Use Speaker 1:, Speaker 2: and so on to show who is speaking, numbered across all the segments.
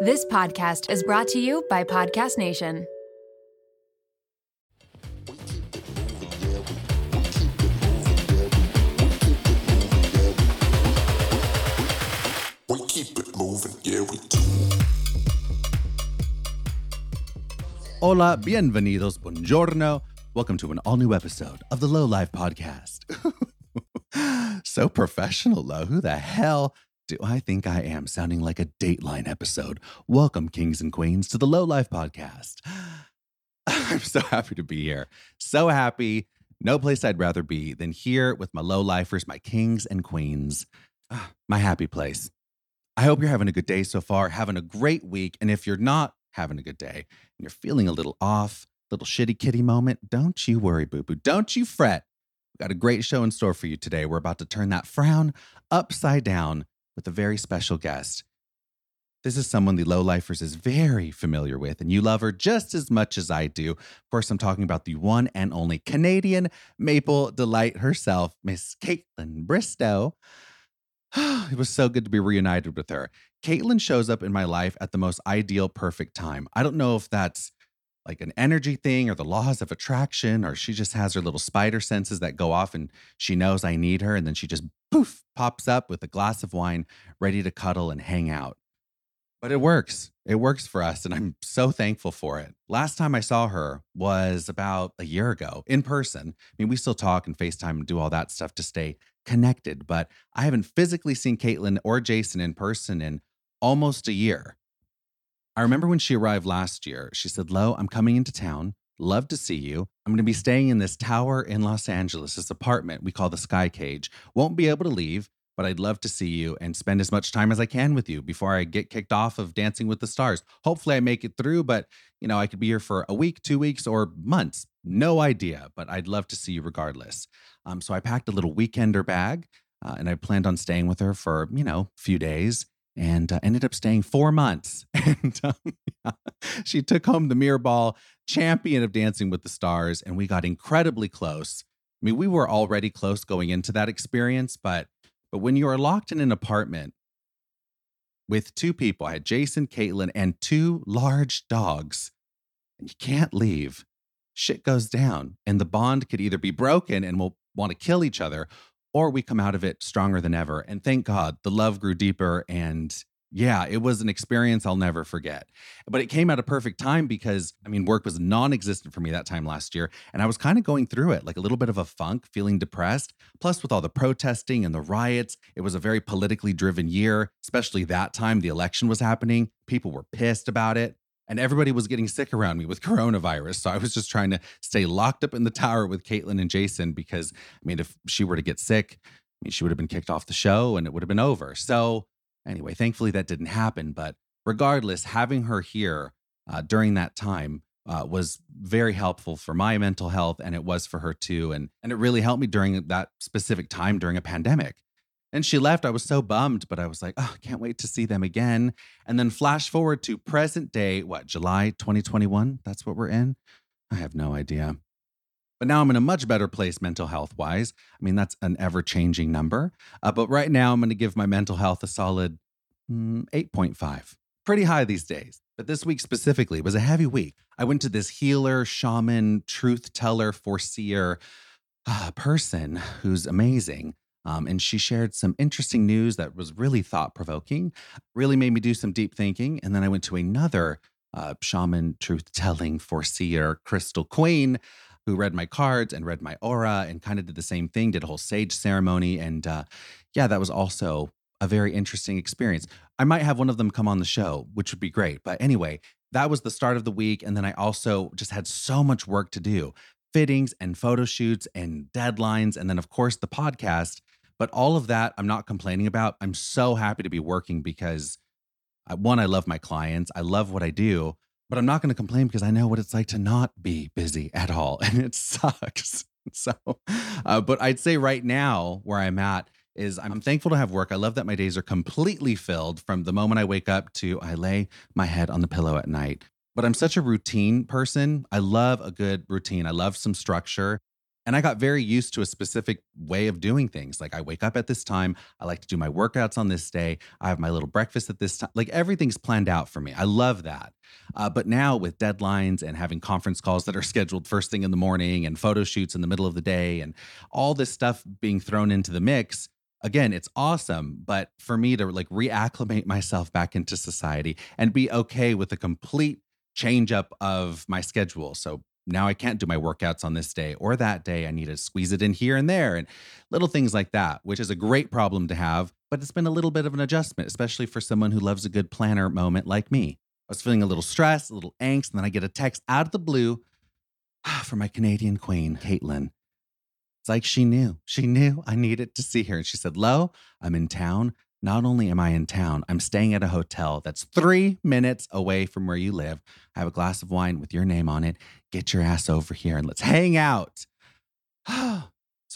Speaker 1: This podcast is brought to you by Podcast Nation.
Speaker 2: We keep it moving, yeah, we do.
Speaker 3: Hola, bienvenidos, buongiorno. Welcome to an all new episode of the Low Life Podcast. so professional, Lo. Who the hell do I think I am sounding like a Dateline episode? Welcome, kings and queens, to the Low Life Podcast. I'm so happy to be here. So happy. No place I'd rather be than here with my low lifers, my kings and queens, Ah, my happy place. I hope you're having a good day so far, having a great week. And if you're not having a good day, and you're feeling a little off, little shitty kitty moment, don't you worry, boo boo. Don't you fret. We've got a great show in store for you today. We're about to turn that frown upside down with a very special guest. This is someone the Lowlifers is very familiar with, and you love her just as much as I do. Of course, I'm talking about the one and only Canadian Maple Delight herself, Miss Caitlin Bristow. it was so good to be reunited with her. Caitlin shows up in my life at the most ideal, perfect time. I don't know if that's like an energy thing or the laws of attraction, or she just has her little spider senses that go off and she knows I need her. And then she just poof pops up with a glass of wine, ready to cuddle and hang out. But it works. It works for us. And I'm so thankful for it. Last time I saw her was about a year ago in person. I mean, we still talk and FaceTime and do all that stuff to stay connected, but I haven't physically seen Caitlin or Jason in person in almost a year. I remember when she arrived last year, she said, Lo, I'm coming into town. Love to see you. I'm going to be staying in this tower in Los Angeles, this apartment we call the Sky Cage. Won't be able to leave, but I'd love to see you and spend as much time as I can with you before I get kicked off of Dancing with the Stars. Hopefully, I make it through, but you know, I could be here for a week, two weeks, or months. No idea, but I'd love to see you regardless. Um, so I packed a little weekender bag uh, and I planned on staying with her for, you know, a few days and uh, ended up staying four months. And um, she took home the mirror ball champion of Dancing with the Stars, and we got incredibly close. I mean, we were already close going into that experience, but but when you are locked in an apartment with two people, I had Jason, Caitlin, and two large dogs, and you can't leave, shit goes down, and the bond could either be broken and we'll want to kill each other, or we come out of it stronger than ever. And thank God the love grew deeper. And yeah, it was an experience I'll never forget. But it came at a perfect time because, I mean, work was non existent for me that time last year. And I was kind of going through it, like a little bit of a funk, feeling depressed. Plus, with all the protesting and the riots, it was a very politically driven year, especially that time the election was happening. People were pissed about it. And everybody was getting sick around me with coronavirus. So I was just trying to stay locked up in the tower with Caitlin and Jason because I mean, if she were to get sick, I mean, she would have been kicked off the show and it would have been over. So, anyway, thankfully that didn't happen. But regardless, having her here uh, during that time uh, was very helpful for my mental health and it was for her too. And, and it really helped me during that specific time during a pandemic. And she left. I was so bummed, but I was like, oh, can't wait to see them again. And then flash forward to present day, what, July 2021? That's what we're in? I have no idea. But now I'm in a much better place mental health wise. I mean, that's an ever changing number. Uh, but right now, I'm going to give my mental health a solid mm, 8.5. Pretty high these days. But this week specifically was a heavy week. I went to this healer, shaman, truth teller, foreseer uh, person who's amazing. Um, and she shared some interesting news that was really thought provoking, really made me do some deep thinking. And then I went to another uh, shaman, truth telling, foreseer, crystal queen who read my cards and read my aura and kind of did the same thing, did a whole sage ceremony. And uh, yeah, that was also a very interesting experience. I might have one of them come on the show, which would be great. But anyway, that was the start of the week. And then I also just had so much work to do fittings and photo shoots and deadlines. And then, of course, the podcast. But all of that I'm not complaining about. I'm so happy to be working because I, one, I love my clients, I love what I do but I'm not going to complain because I know what it's like to not be busy at all. And it sucks. So, uh, but I'd say right now where I'm at is I'm thankful to have work. I love that my days are completely filled from the moment I wake up to I lay my head on the pillow at night. But I'm such a routine person. I love a good routine, I love some structure. And I got very used to a specific way of doing things. Like I wake up at this time, I like to do my workouts on this day, I have my little breakfast at this time. Like everything's planned out for me. I love that. Uh, but now with deadlines and having conference calls that are scheduled first thing in the morning and photo shoots in the middle of the day and all this stuff being thrown into the mix, again, it's awesome. But for me to like reacclimate myself back into society and be okay with a complete change up of my schedule. So now I can't do my workouts on this day or that day. I need to squeeze it in here and there and little things like that, which is a great problem to have. But it's been a little bit of an adjustment, especially for someone who loves a good planner moment like me. I was feeling a little stressed, a little angst, and then I get a text out of the blue ah, from my Canadian queen, Caitlin. It's like she knew. She knew I needed to see her. And she said, Lo, I'm in town. Not only am I in town, I'm staying at a hotel that's three minutes away from where you live. I have a glass of wine with your name on it. Get your ass over here and let's hang out. so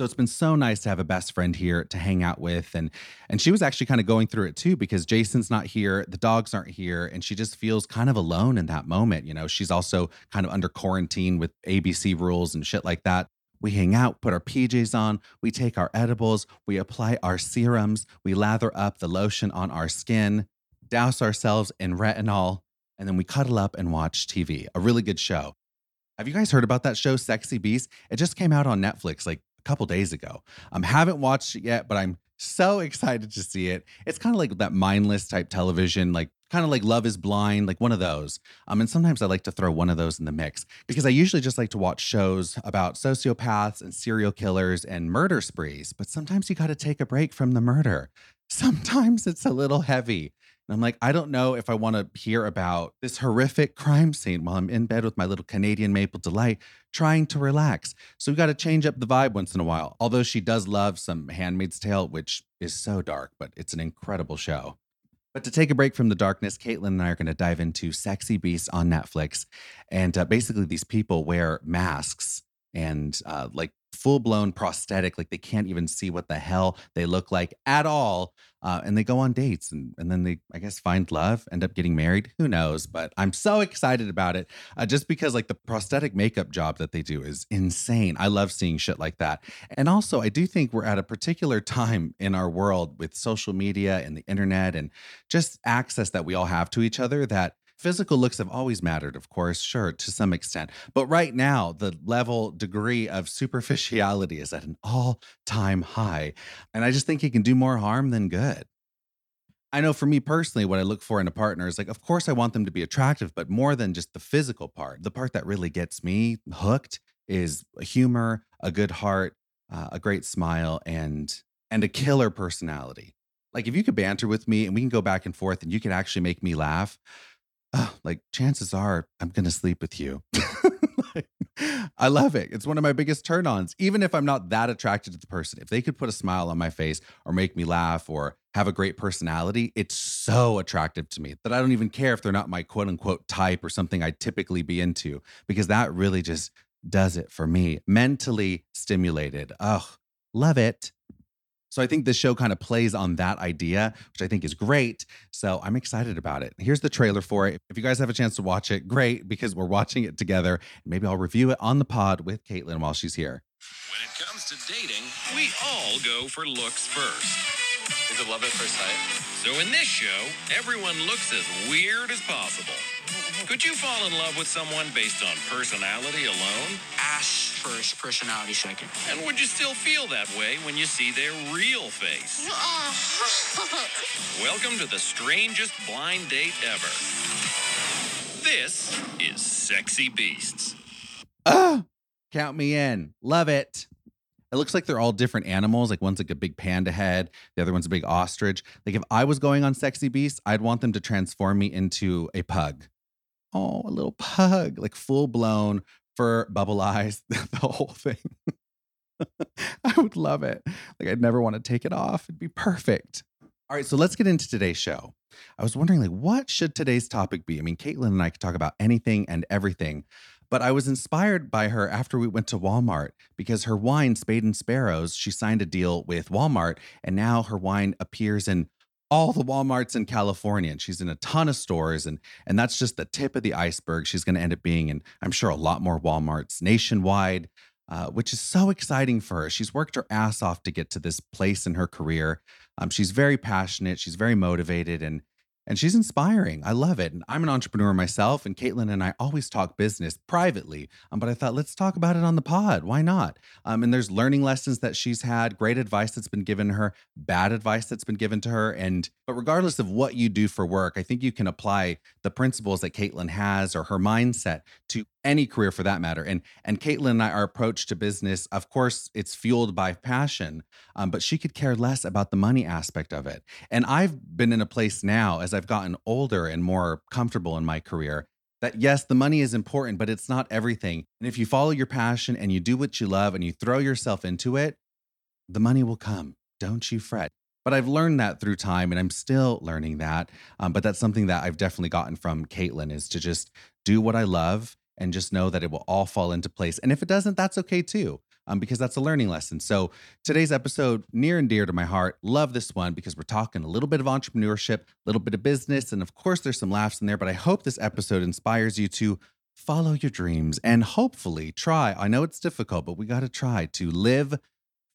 Speaker 3: it's been so nice to have a best friend here to hang out with. And and she was actually kind of going through it too because Jason's not here, the dogs aren't here, and she just feels kind of alone in that moment. You know, she's also kind of under quarantine with ABC rules and shit like that. We hang out, put our PJs on, we take our edibles, we apply our serums, we lather up the lotion on our skin, douse ourselves in retinol, and then we cuddle up and watch TV. A really good show. Have you guys heard about that show, Sexy Beast? It just came out on Netflix like a couple days ago. I um, haven't watched it yet, but I'm so excited to see it. It's kind of like that mindless type television, like kind of like Love is Blind, like one of those. Um, and sometimes I like to throw one of those in the mix because I usually just like to watch shows about sociopaths and serial killers and murder sprees. But sometimes you got to take a break from the murder. Sometimes it's a little heavy. And I'm like, I don't know if I want to hear about this horrific crime scene while I'm in bed with my little Canadian maple delight trying to relax. So we got to change up the vibe once in a while. Although she does love some Handmaid's Tale, which is so dark, but it's an incredible show. But to take a break from the darkness, Caitlin and I are going to dive into Sexy Beasts on Netflix. And uh, basically, these people wear masks and uh, like full blown prosthetic, like they can't even see what the hell they look like at all. Uh, and they go on dates and, and then they, I guess, find love, end up getting married. Who knows? But I'm so excited about it Uh, just because, like, the prosthetic makeup job that they do is insane. I love seeing shit like that. And also, I do think we're at a particular time in our world with social media and the internet and just access that we all have to each other that physical looks have always mattered, of course, sure, to some extent. But right now, the level degree of superficiality is at an all time high. And I just think it can do more harm than good. I know for me personally, what I look for in a partner is like, of course, I want them to be attractive, but more than just the physical part, the part that really gets me hooked is humor, a good heart, uh, a great smile, and and a killer personality. Like if you could banter with me and we can go back and forth and you can actually make me laugh, oh, like chances are I'm going to sleep with you. Like, I love it. It's one of my biggest turn ons. Even if I'm not that attracted to the person, if they could put a smile on my face or make me laugh or have a great personality, it's so attractive to me that I don't even care if they're not my quote unquote type or something I typically be into, because that really just does it for me. Mentally stimulated. Oh, love it. So I think this show kind of plays on that idea, which I think is great. So I'm excited about it. Here's the trailer for it. If you guys have a chance to watch it, great, because we're watching it together. Maybe I'll review it on the pod with Caitlin while she's here.
Speaker 4: When it comes to dating, we all go for looks first.
Speaker 5: Is it love at first sight?
Speaker 4: So in this show, everyone looks as weird as possible. Could you fall in love with someone based on personality alone?
Speaker 5: Ass first, personality second.
Speaker 4: And would you still feel that way when you see their real face? Welcome to the strangest blind date ever. This is Sexy Beasts.
Speaker 3: Ah, count me in. Love it. It looks like they're all different animals. Like one's like a big panda head, the other one's a big ostrich. Like if I was going on Sexy Beast, I'd want them to transform me into a pug. Oh, a little pug, like full blown fur, bubble eyes, the whole thing. I would love it. Like I'd never want to take it off. It'd be perfect. All right, so let's get into today's show. I was wondering, like, what should today's topic be? I mean, Caitlin and I could talk about anything and everything, but I was inspired by her after we went to Walmart because her wine, Spade and Sparrows, she signed a deal with Walmart, and now her wine appears in all the Walmarts in California, and she's in a ton of stores, and and that's just the tip of the iceberg. She's going to end up being in, I'm sure, a lot more WalMarts nationwide. uh, which is so exciting for her. She's worked her ass off to get to this place in her career. Um, she's very passionate, she's very motivated, and and she's inspiring. I love it. And I'm an entrepreneur myself, and Caitlin and I always talk business privately. Um, but I thought, let's talk about it on the pod. Why not? Um, and there's learning lessons that she's had, great advice that's been given her, bad advice that's been given to her. And but regardless of what you do for work, I think you can apply the principles that Caitlin has or her mindset to any career for that matter. And and Caitlin and I, our approach to business, of course, it's fueled by passion, um, but she could care less about the money aspect of it. And I've been in a place now as I've gotten older and more comfortable in my career that yes, the money is important, but it's not everything. And if you follow your passion and you do what you love and you throw yourself into it, the money will come. Don't you fret. But I've learned that through time and I'm still learning that. Um, but that's something that I've definitely gotten from Caitlin is to just do what I love and just know that it will all fall into place. And if it doesn't, that's okay too, um, because that's a learning lesson. So today's episode, near and dear to my heart, love this one because we're talking a little bit of entrepreneurship, a little bit of business, and of course, there's some laughs in there. But I hope this episode inspires you to follow your dreams and hopefully try. I know it's difficult, but we got to try to live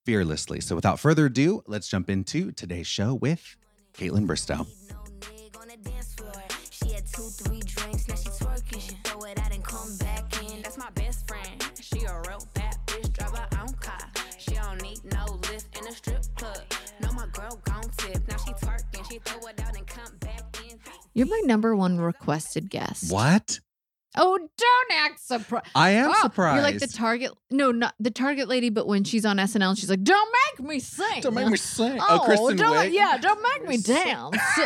Speaker 3: fearlessly. So without further ado, let's jump into today's show with Caitlin Bristow.
Speaker 6: No nigga on the dance floor. She had two, three drinks, now she twerking. She throw it out and come back in. That's my best friend. She a real bad bitch, drive her own car. She don't need no lift in a strip club. No, my girl gon' tip. Now she twerking, she throw it out and come back in.
Speaker 7: You're my number one requested guest.
Speaker 3: What?
Speaker 7: Oh, don't act surprised.
Speaker 3: I am
Speaker 7: oh,
Speaker 3: surprised.
Speaker 7: You're like the target. No, not the target lady. But when she's on SNL, she's like, "Don't make me sing.
Speaker 3: Don't make me sing.
Speaker 7: Oh,
Speaker 3: Kristen
Speaker 7: don't,
Speaker 3: Wiig?
Speaker 7: yeah, don't make me dance.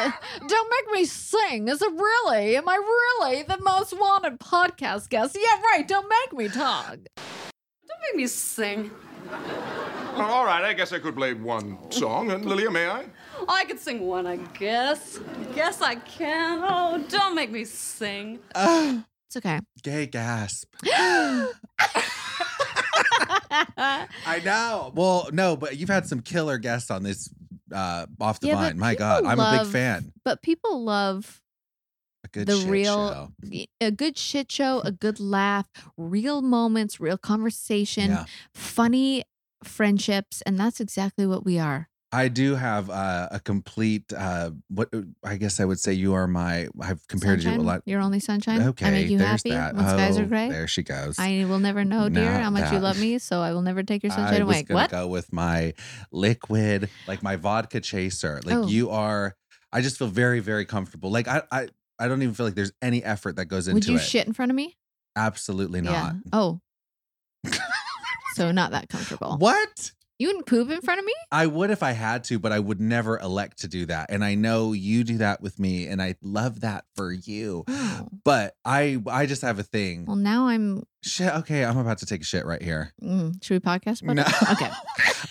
Speaker 7: don't make me sing. Is it really? Am I really the most wanted podcast guest? Yeah, right. Don't make me talk.
Speaker 8: Don't make me sing.
Speaker 9: Well, all right, I guess I could play one song. And Lilia, may I?
Speaker 8: Oh, I could sing one, I guess. Guess I can. Oh, don't make me sing.
Speaker 7: It's okay.
Speaker 3: Gay gasp. I know. Well, no, but you've had some killer guests on this uh off the
Speaker 7: Yeah, but
Speaker 3: vine. My God,
Speaker 7: people
Speaker 3: I'm a big
Speaker 7: love
Speaker 3: fan.
Speaker 7: But people love
Speaker 3: A good
Speaker 7: the
Speaker 3: shit
Speaker 7: real
Speaker 3: show.
Speaker 7: y- a good shit show, a good laugh, real moments, real conversation,
Speaker 3: Yeah.
Speaker 7: funny friendships, and that's exactly what we are.
Speaker 3: I do have uh, a complete uh what I guess I would say you are my I've compared you a
Speaker 7: Sunshine,
Speaker 3: lot.
Speaker 7: Your only sunshine.
Speaker 3: Okay,
Speaker 7: I make you
Speaker 3: there's
Speaker 7: happy
Speaker 3: that.
Speaker 7: when skies are
Speaker 3: Oh,
Speaker 7: gray.
Speaker 3: There she goes.
Speaker 7: I will never know, dear,
Speaker 3: Not
Speaker 7: how much you
Speaker 3: that.
Speaker 7: love me, so I will never take your sunshine
Speaker 3: I was
Speaker 7: away.
Speaker 3: gonna
Speaker 7: What?
Speaker 3: go with my liquid, like my vodka chaser. Like
Speaker 7: Oh.
Speaker 3: you are, I just feel very, very comfortable. Like I, I, I don't even feel like there's any effort that goes into
Speaker 7: Would you
Speaker 3: it.
Speaker 7: shit in front of me?
Speaker 3: Absolutely not.
Speaker 7: Oh. so not that comfortable.
Speaker 3: What?
Speaker 7: You wouldn't poop in front of me?
Speaker 3: I would if I had to, but I would never elect to do that. And I know you do that with me, and I love that for you.
Speaker 7: Oh.
Speaker 3: But I, I just have a thing.
Speaker 7: Well, now I'm.
Speaker 3: Shit. Okay, I'm about to take a shit right here.
Speaker 7: Mm, should we podcast? about it? Okay.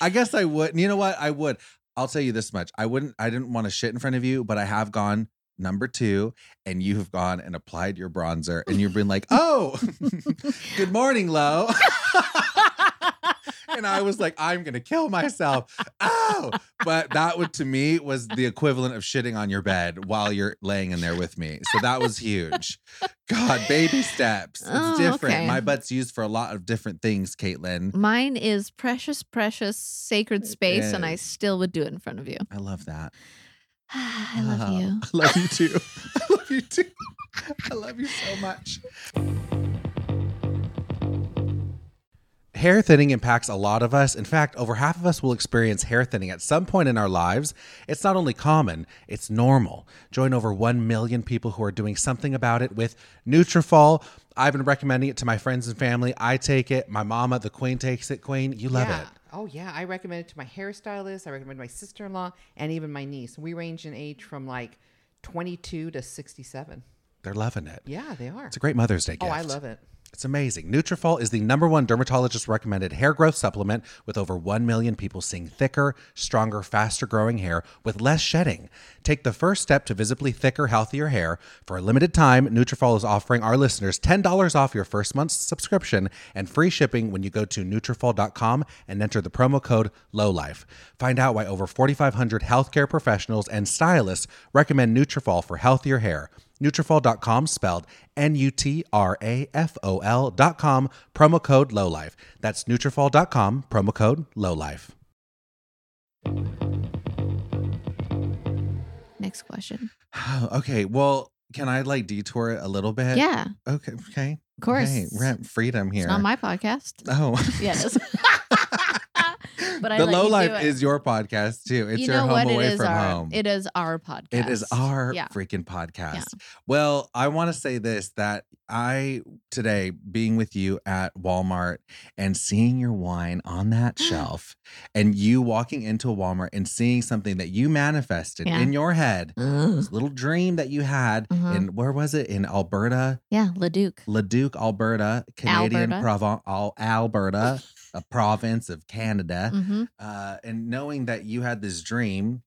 Speaker 3: I guess I would. You know what? I would. I'll tell you this much. I wouldn't. I didn't want to shit in front of you, but I have gone number two, and you have gone and applied your bronzer, and you've been like, "Oh, good morning, Lo." and I was like, "I'm gonna kill myself." Oh, but that would to me was the equivalent of shitting on your bed while you're laying in there with me. So that was huge. God, baby steps. It's
Speaker 7: Oh,
Speaker 3: different.
Speaker 7: okay.
Speaker 3: My butt's used for a lot of different things, Caitlin.
Speaker 7: Mine is precious, precious, sacred space, and I
Speaker 3: is.
Speaker 7: still would do it in front of you.
Speaker 3: I love that.
Speaker 7: I love
Speaker 3: Wow.
Speaker 7: you.
Speaker 3: I love you too. I love you too. I love you so much. Hair thinning impacts a lot of us. In fact, over half of us will experience hair thinning at some point in our lives. It's not only common, it's normal. Join over 1 million people who are doing something about it with Nutrafol. I've been recommending it to my friends and family. I take it. My mama, the queen, takes it. Queen, you love
Speaker 10: yeah.
Speaker 3: it.
Speaker 10: Oh yeah, I recommend it to my hairstylist. I recommend it to my sister-in-law and even my niece. We range in age from like 22 to 67.
Speaker 3: They're loving it.
Speaker 10: Yeah, they are.
Speaker 3: It's a great Mother's Day gift.
Speaker 10: oh, I love it.
Speaker 3: It's amazing. Nutrafol is the number one dermatologist recommended hair growth supplement with over 1 million people seeing thicker, stronger, faster growing hair with less shedding. Take the first step to visibly thicker, healthier hair. For a limited time, Nutrafol is offering our listeners $10 off your first month's subscription and free shipping when you go to Nutrafol.com and enter the promo code LOWLIFE. Find out why over 4,500 healthcare professionals and stylists recommend Nutrafol for healthier hair. Nutrafol.com spelled N-U-T-R-A-F-O-L dot com, promo code LOWLIFE. That's Nutrafol.com, promo code LOWLIFE.
Speaker 7: Next question.
Speaker 3: okay, well, can I like detour it a little bit?
Speaker 7: yeah, of
Speaker 3: Okay, okay.
Speaker 7: course.
Speaker 3: Hey,
Speaker 7: it's
Speaker 3: we're at freedom here.
Speaker 7: not my podcast.
Speaker 3: oh.
Speaker 7: Yeah, it is. but I
Speaker 3: the
Speaker 7: let
Speaker 3: Low
Speaker 7: you do
Speaker 3: Life
Speaker 7: it.
Speaker 3: is your podcast too. It's
Speaker 7: you
Speaker 3: your
Speaker 7: know
Speaker 3: home
Speaker 7: what?
Speaker 3: away
Speaker 7: it is
Speaker 3: from
Speaker 7: our,
Speaker 3: home.
Speaker 7: It is our podcast.
Speaker 3: It is our
Speaker 7: Yeah.
Speaker 3: freaking podcast. Well, I want to say this that I today being with you at Walmart and seeing your wine on that shelf and you walking into a Walmart and seeing something that you manifested
Speaker 7: Yeah.
Speaker 3: in your head,
Speaker 7: Ugh.
Speaker 3: this little dream that you had
Speaker 7: Uh-huh.
Speaker 3: in where was it? In Alberta,
Speaker 7: Yeah, Leduc.
Speaker 3: Leduc, Alberta, Canadian
Speaker 7: Alberta.
Speaker 3: province, Al- Alberta, a province of Canada
Speaker 7: Mm-hmm.
Speaker 3: uh, and knowing that you had this dream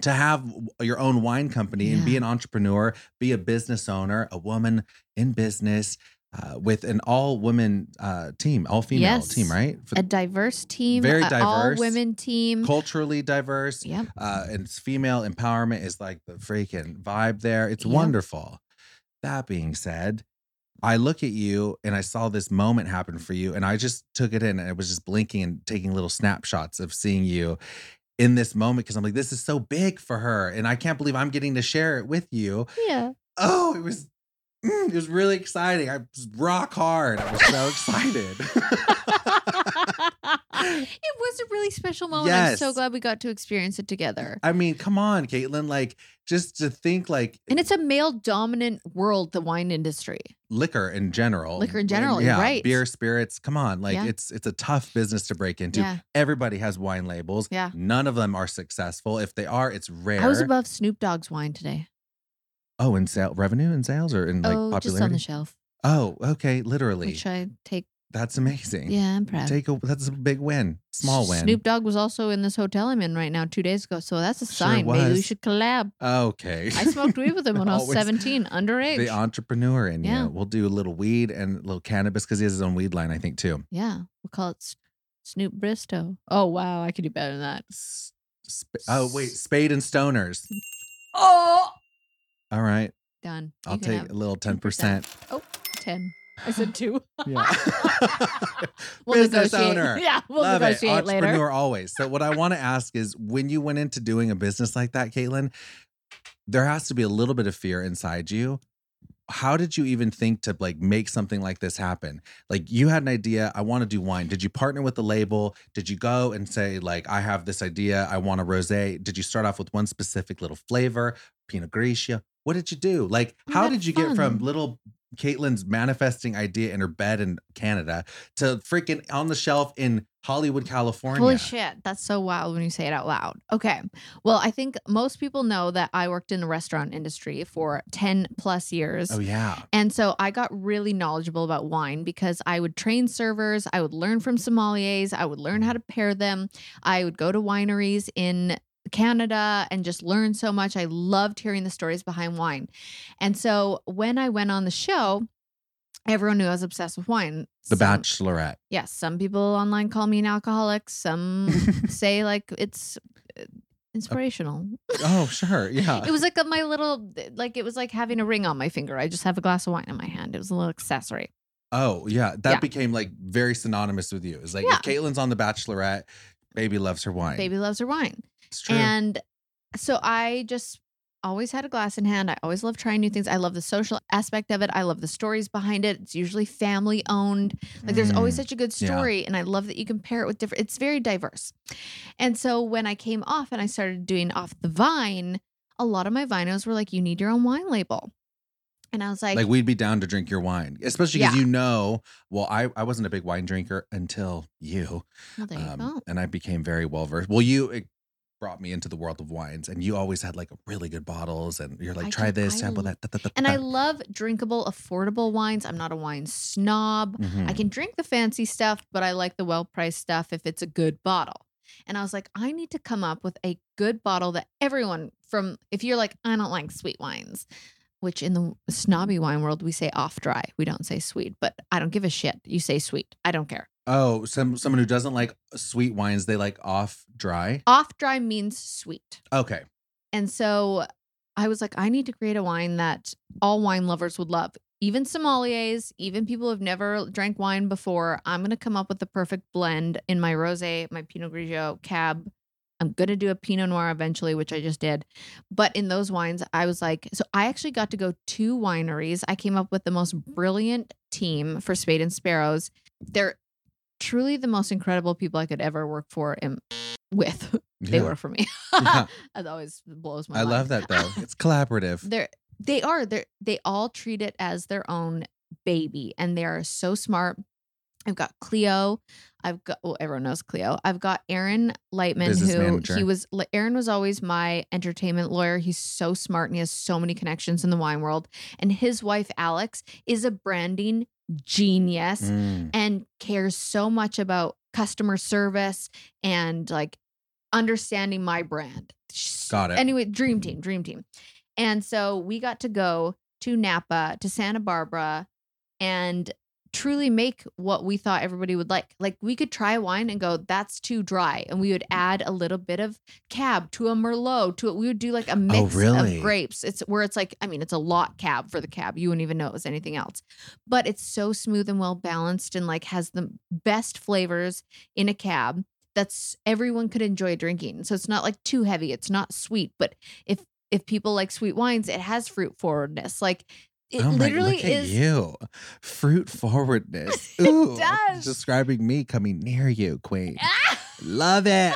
Speaker 3: to have w- your own wine company and be
Speaker 7: Yeah.
Speaker 3: an entrepreneur, be a business owner, a woman in business uh, with an all woman uh, team, all female
Speaker 7: Yes.
Speaker 3: team, right? For
Speaker 7: A diverse team.
Speaker 3: Very
Speaker 7: All
Speaker 3: diverse.
Speaker 7: women team.
Speaker 3: culturally diverse,
Speaker 7: Mm-hmm. Yep.
Speaker 3: uh, and s- female empowerment is like the freaking vibe there. It's
Speaker 7: Yep.
Speaker 3: wonderful. That being said, I look at you and I saw this moment happen for you, and I just took it in and I was just blinking and taking little snapshots of seeing you in this moment because I'm like, this is so big for her, and I can't believe I'm getting to share it with you.
Speaker 7: Yeah.
Speaker 3: Oh, it was. mm, it was really exciting. I was rock hard. I was so excited.
Speaker 7: it was a really special moment. I'm so
Speaker 3: Yes.
Speaker 7: glad we got to experience it together.
Speaker 3: I mean, come on, Caitlin. Like, just to think, like,
Speaker 7: And it's a male dominant world, the wine industry.
Speaker 3: liquor in general.
Speaker 7: Liquor in
Speaker 3: like,
Speaker 7: general, you're
Speaker 3: yeah,
Speaker 7: right.
Speaker 3: Beer, spirits. Come on, like
Speaker 7: Yeah.
Speaker 3: it's it's a tough business to break into.
Speaker 7: Yeah.
Speaker 3: Everybody has wine labels.
Speaker 7: Yeah.
Speaker 3: None of them are successful. If they are, it's rare.
Speaker 7: I was above Snoop Dogg's wine today.
Speaker 3: oh, in sale revenue and sales or in like
Speaker 7: oh,
Speaker 3: popularity.
Speaker 7: just on the shelf,
Speaker 3: oh, okay, literally.
Speaker 7: which I take.
Speaker 3: that's amazing.
Speaker 7: Yeah, I'm proud.
Speaker 3: Take a that's a big win. Small win.
Speaker 7: Snoop Dogg was also in this hotel I'm in right now two days ago, so that's a
Speaker 3: Sure
Speaker 7: sign. Maybe we
Speaker 3: was.
Speaker 7: should collab.
Speaker 3: Okay.
Speaker 7: I smoked weed with him when I was
Speaker 3: Always
Speaker 7: 17, underage.
Speaker 3: The entrepreneur in
Speaker 7: Yeah.
Speaker 3: you. We'll do a little weed and a little cannabis because he has his own weed line, I think, too.
Speaker 7: yeah, we'll call it S- Snoop Bristow. Oh wow, I could do better than that.
Speaker 3: S- sp- oh wait, Spade and Stoners.
Speaker 7: Oh,
Speaker 3: All right,
Speaker 7: done. You
Speaker 3: I'll
Speaker 7: can
Speaker 3: take
Speaker 7: have
Speaker 3: a little ten percent.
Speaker 7: Oh, 10. I said two.
Speaker 3: Business
Speaker 7: negotiate.
Speaker 3: owner.
Speaker 7: Yeah, we'll
Speaker 3: Love it.
Speaker 7: negotiate
Speaker 3: Entrepreneur
Speaker 7: later.
Speaker 3: always. So what I want to ask is, when you went into doing a business like that, Caitlin, there has to be a little bit of fear inside you. How did you even think to like make something like this happen? Like you had an idea, I want to do wine. Did you partner with the label? Did you go and say like I have this idea, I want a rosé? Did you start off with one specific little flavor, Pinot Grigio? What did you do? Like
Speaker 7: We
Speaker 3: how
Speaker 7: had
Speaker 3: did you get from
Speaker 7: fun.
Speaker 3: little Caitlin's manifesting idea in her bed in Canada to freaking on the shelf in Hollywood, California.
Speaker 7: Holy shit, that's so wild when you say it out loud. Okay. Well, I think most people know that I worked in the restaurant industry for 10 plus years.
Speaker 3: Oh yeah.
Speaker 7: And so I got really knowledgeable about wine because I would train servers, I would learn from sommeliers, I would learn how to pair them. I would go to wineries in Canada and just learn so much. I loved hearing the stories behind wine. And so when I went on the show, everyone knew I was obsessed with wine.
Speaker 3: The
Speaker 7: Some-
Speaker 3: Bachelorette.
Speaker 7: Yes, some people online call me an alcoholic. Some say like it's uh, inspirational.
Speaker 3: oh sure. Yeah.
Speaker 7: It was like a, my little like it was like having a ring on my finger. I just have a glass of wine in my hand. It was a little accessory.
Speaker 3: oh yeah. That
Speaker 7: Yeah.
Speaker 3: became like very synonymous with you. It's like
Speaker 7: Yeah.
Speaker 3: if Caitlin's on The Bachelorette, baby loves her wine.
Speaker 7: Baby loves her wine.
Speaker 3: It's true.
Speaker 7: And so I just always had a glass in hand. I always love trying new things. I love the social aspect of it. I love the stories behind it. It's usually family owned. Like there's always
Speaker 3: Mm.
Speaker 7: such a good
Speaker 3: yeah.
Speaker 7: story. And I love that you can pair it with different, it's very diverse. And so when I came off and I started doing off the vine, a lot of my vinos were like, you need your own wine label. And I was like,
Speaker 3: like we'd be down to drink your wine, especially because
Speaker 7: Yeah.
Speaker 3: you know. Well, I, I wasn't a big wine drinker until you,
Speaker 7: well, there you go.
Speaker 3: um, and I became very well versed. Well, you it brought me into the world of wines, and you always had like really good bottles, and you're like,
Speaker 7: I
Speaker 3: try
Speaker 7: do-
Speaker 3: this,
Speaker 7: I
Speaker 3: sample
Speaker 7: l-
Speaker 3: that, da, da, da,
Speaker 7: And I
Speaker 3: da."
Speaker 7: love drinkable, affordable wines. I'm not a wine snob.
Speaker 3: Mhm.
Speaker 7: I can drink the fancy stuff, but I like the well priced stuff if it's a good bottle. And I was like, I need to come up with a good bottle that everyone from, if you're like, I don't like sweet wines, which in the snobby wine world, we say off dry. We don't say sweet, but I don't give a shit. You say sweet. I don't care.
Speaker 3: Oh, some someone who doesn't like sweet wines, they like off dry.
Speaker 7: Off dry means sweet.
Speaker 3: Okay.
Speaker 7: And so I was like, I need to create a wine that all wine lovers would love. Even sommeliers, even people who've never drank wine before, I'm going to come up with the perfect blend in my rosé, my Pinot Grigio, Cab. I'm going to do a Pinot Noir eventually, which I just did. But in those wines, I was like, so I actually got to go to wineries. I came up with the most
Speaker 3: Mm-hmm.
Speaker 7: brilliant team for Spade and Sparrows. They're truly the most incredible people I could ever work for and with. They
Speaker 3: Yeah.
Speaker 7: were for me.
Speaker 3: Yeah.
Speaker 7: It always blows my
Speaker 3: I
Speaker 7: mind.
Speaker 3: love that though. It's collaborative.
Speaker 7: They're they are they they all treat it as their own baby, and they are so smart. I've got Cleo. I've got well, everyone knows Cleo. I've got Aaron Lightman,
Speaker 3: Business
Speaker 7: who
Speaker 3: manager.
Speaker 7: he was. li- Aaron was always my entertainment lawyer. He's so smart and he has so many connections in the wine world. And his wife Alex is a branding genius
Speaker 3: Mm.
Speaker 7: and cares so much about customer service and like understanding my brand. She's-
Speaker 3: Got it. Mm-hmm.
Speaker 7: Anyway, dream team, dream team. And so we got to go to Napa, to Santa Barbara, and truly make what we thought everybody would like. Like we could try wine and go, that's too dry. And we would
Speaker 3: Mm.
Speaker 7: add a little bit of cab to a Merlot to it. We would do like a mix
Speaker 3: Oh, really?
Speaker 7: of grapes. It's where it's like, I mean, it's a lot cab for the cab. You wouldn't even know it was anything else. But it's so smooth and well balanced and like has the best flavors in a cab that's everyone could enjoy drinking. So it's not like too heavy. It's not sweet. But if if people like sweet wines, it has fruit forwardness. Like it
Speaker 3: oh my,
Speaker 7: literally
Speaker 3: look at
Speaker 7: is
Speaker 3: you. Fruit forwardness.
Speaker 7: It
Speaker 3: Ooh,
Speaker 7: does.
Speaker 3: Describing me coming near you, queen. Love it.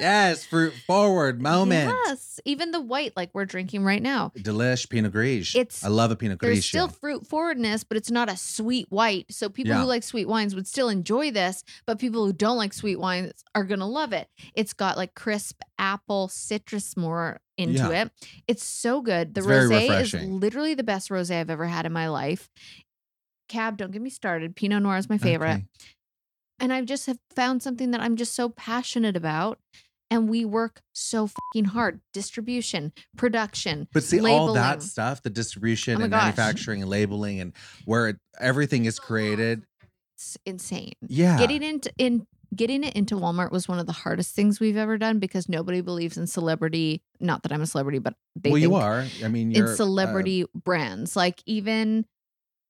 Speaker 3: yes, fruit forward moment.
Speaker 7: Yes, even the white like we're drinking right now.
Speaker 3: Delish Pinot Grigio.
Speaker 7: It's-
Speaker 3: I love a Pinot Grigio.
Speaker 7: There's still fruit forwardness, but it's not a sweet white. So people
Speaker 3: Yeah.
Speaker 7: who like sweet wines would still enjoy this, but people who don't like sweet wines are gonna love it. It's got like crisp apple citrus more into
Speaker 3: Yeah.
Speaker 7: it. It's so good. The
Speaker 3: It's very
Speaker 7: rosé is
Speaker 3: refreshing.
Speaker 7: literally the best rosé I've ever had in my life. Cab, don't get me started. Pinot Noir is my favorite.
Speaker 3: Okay.
Speaker 7: and I just have found something that I'm just so passionate about. And we work so fucking hard. Distribution, production.
Speaker 3: But see, all
Speaker 7: labeling.
Speaker 3: that stuff, the distribution
Speaker 7: Oh my
Speaker 3: and
Speaker 7: gosh.
Speaker 3: manufacturing and labeling and where it, everything is created.
Speaker 7: It's insane.
Speaker 3: Yeah.
Speaker 7: Getting into in getting it into Walmart was one of the hardest things we've ever done because nobody believes in celebrity. Not that I'm a celebrity, but they
Speaker 3: well, you
Speaker 7: think
Speaker 3: are. I mean,
Speaker 7: in
Speaker 3: you're uh,
Speaker 7: celebrity brands. Like even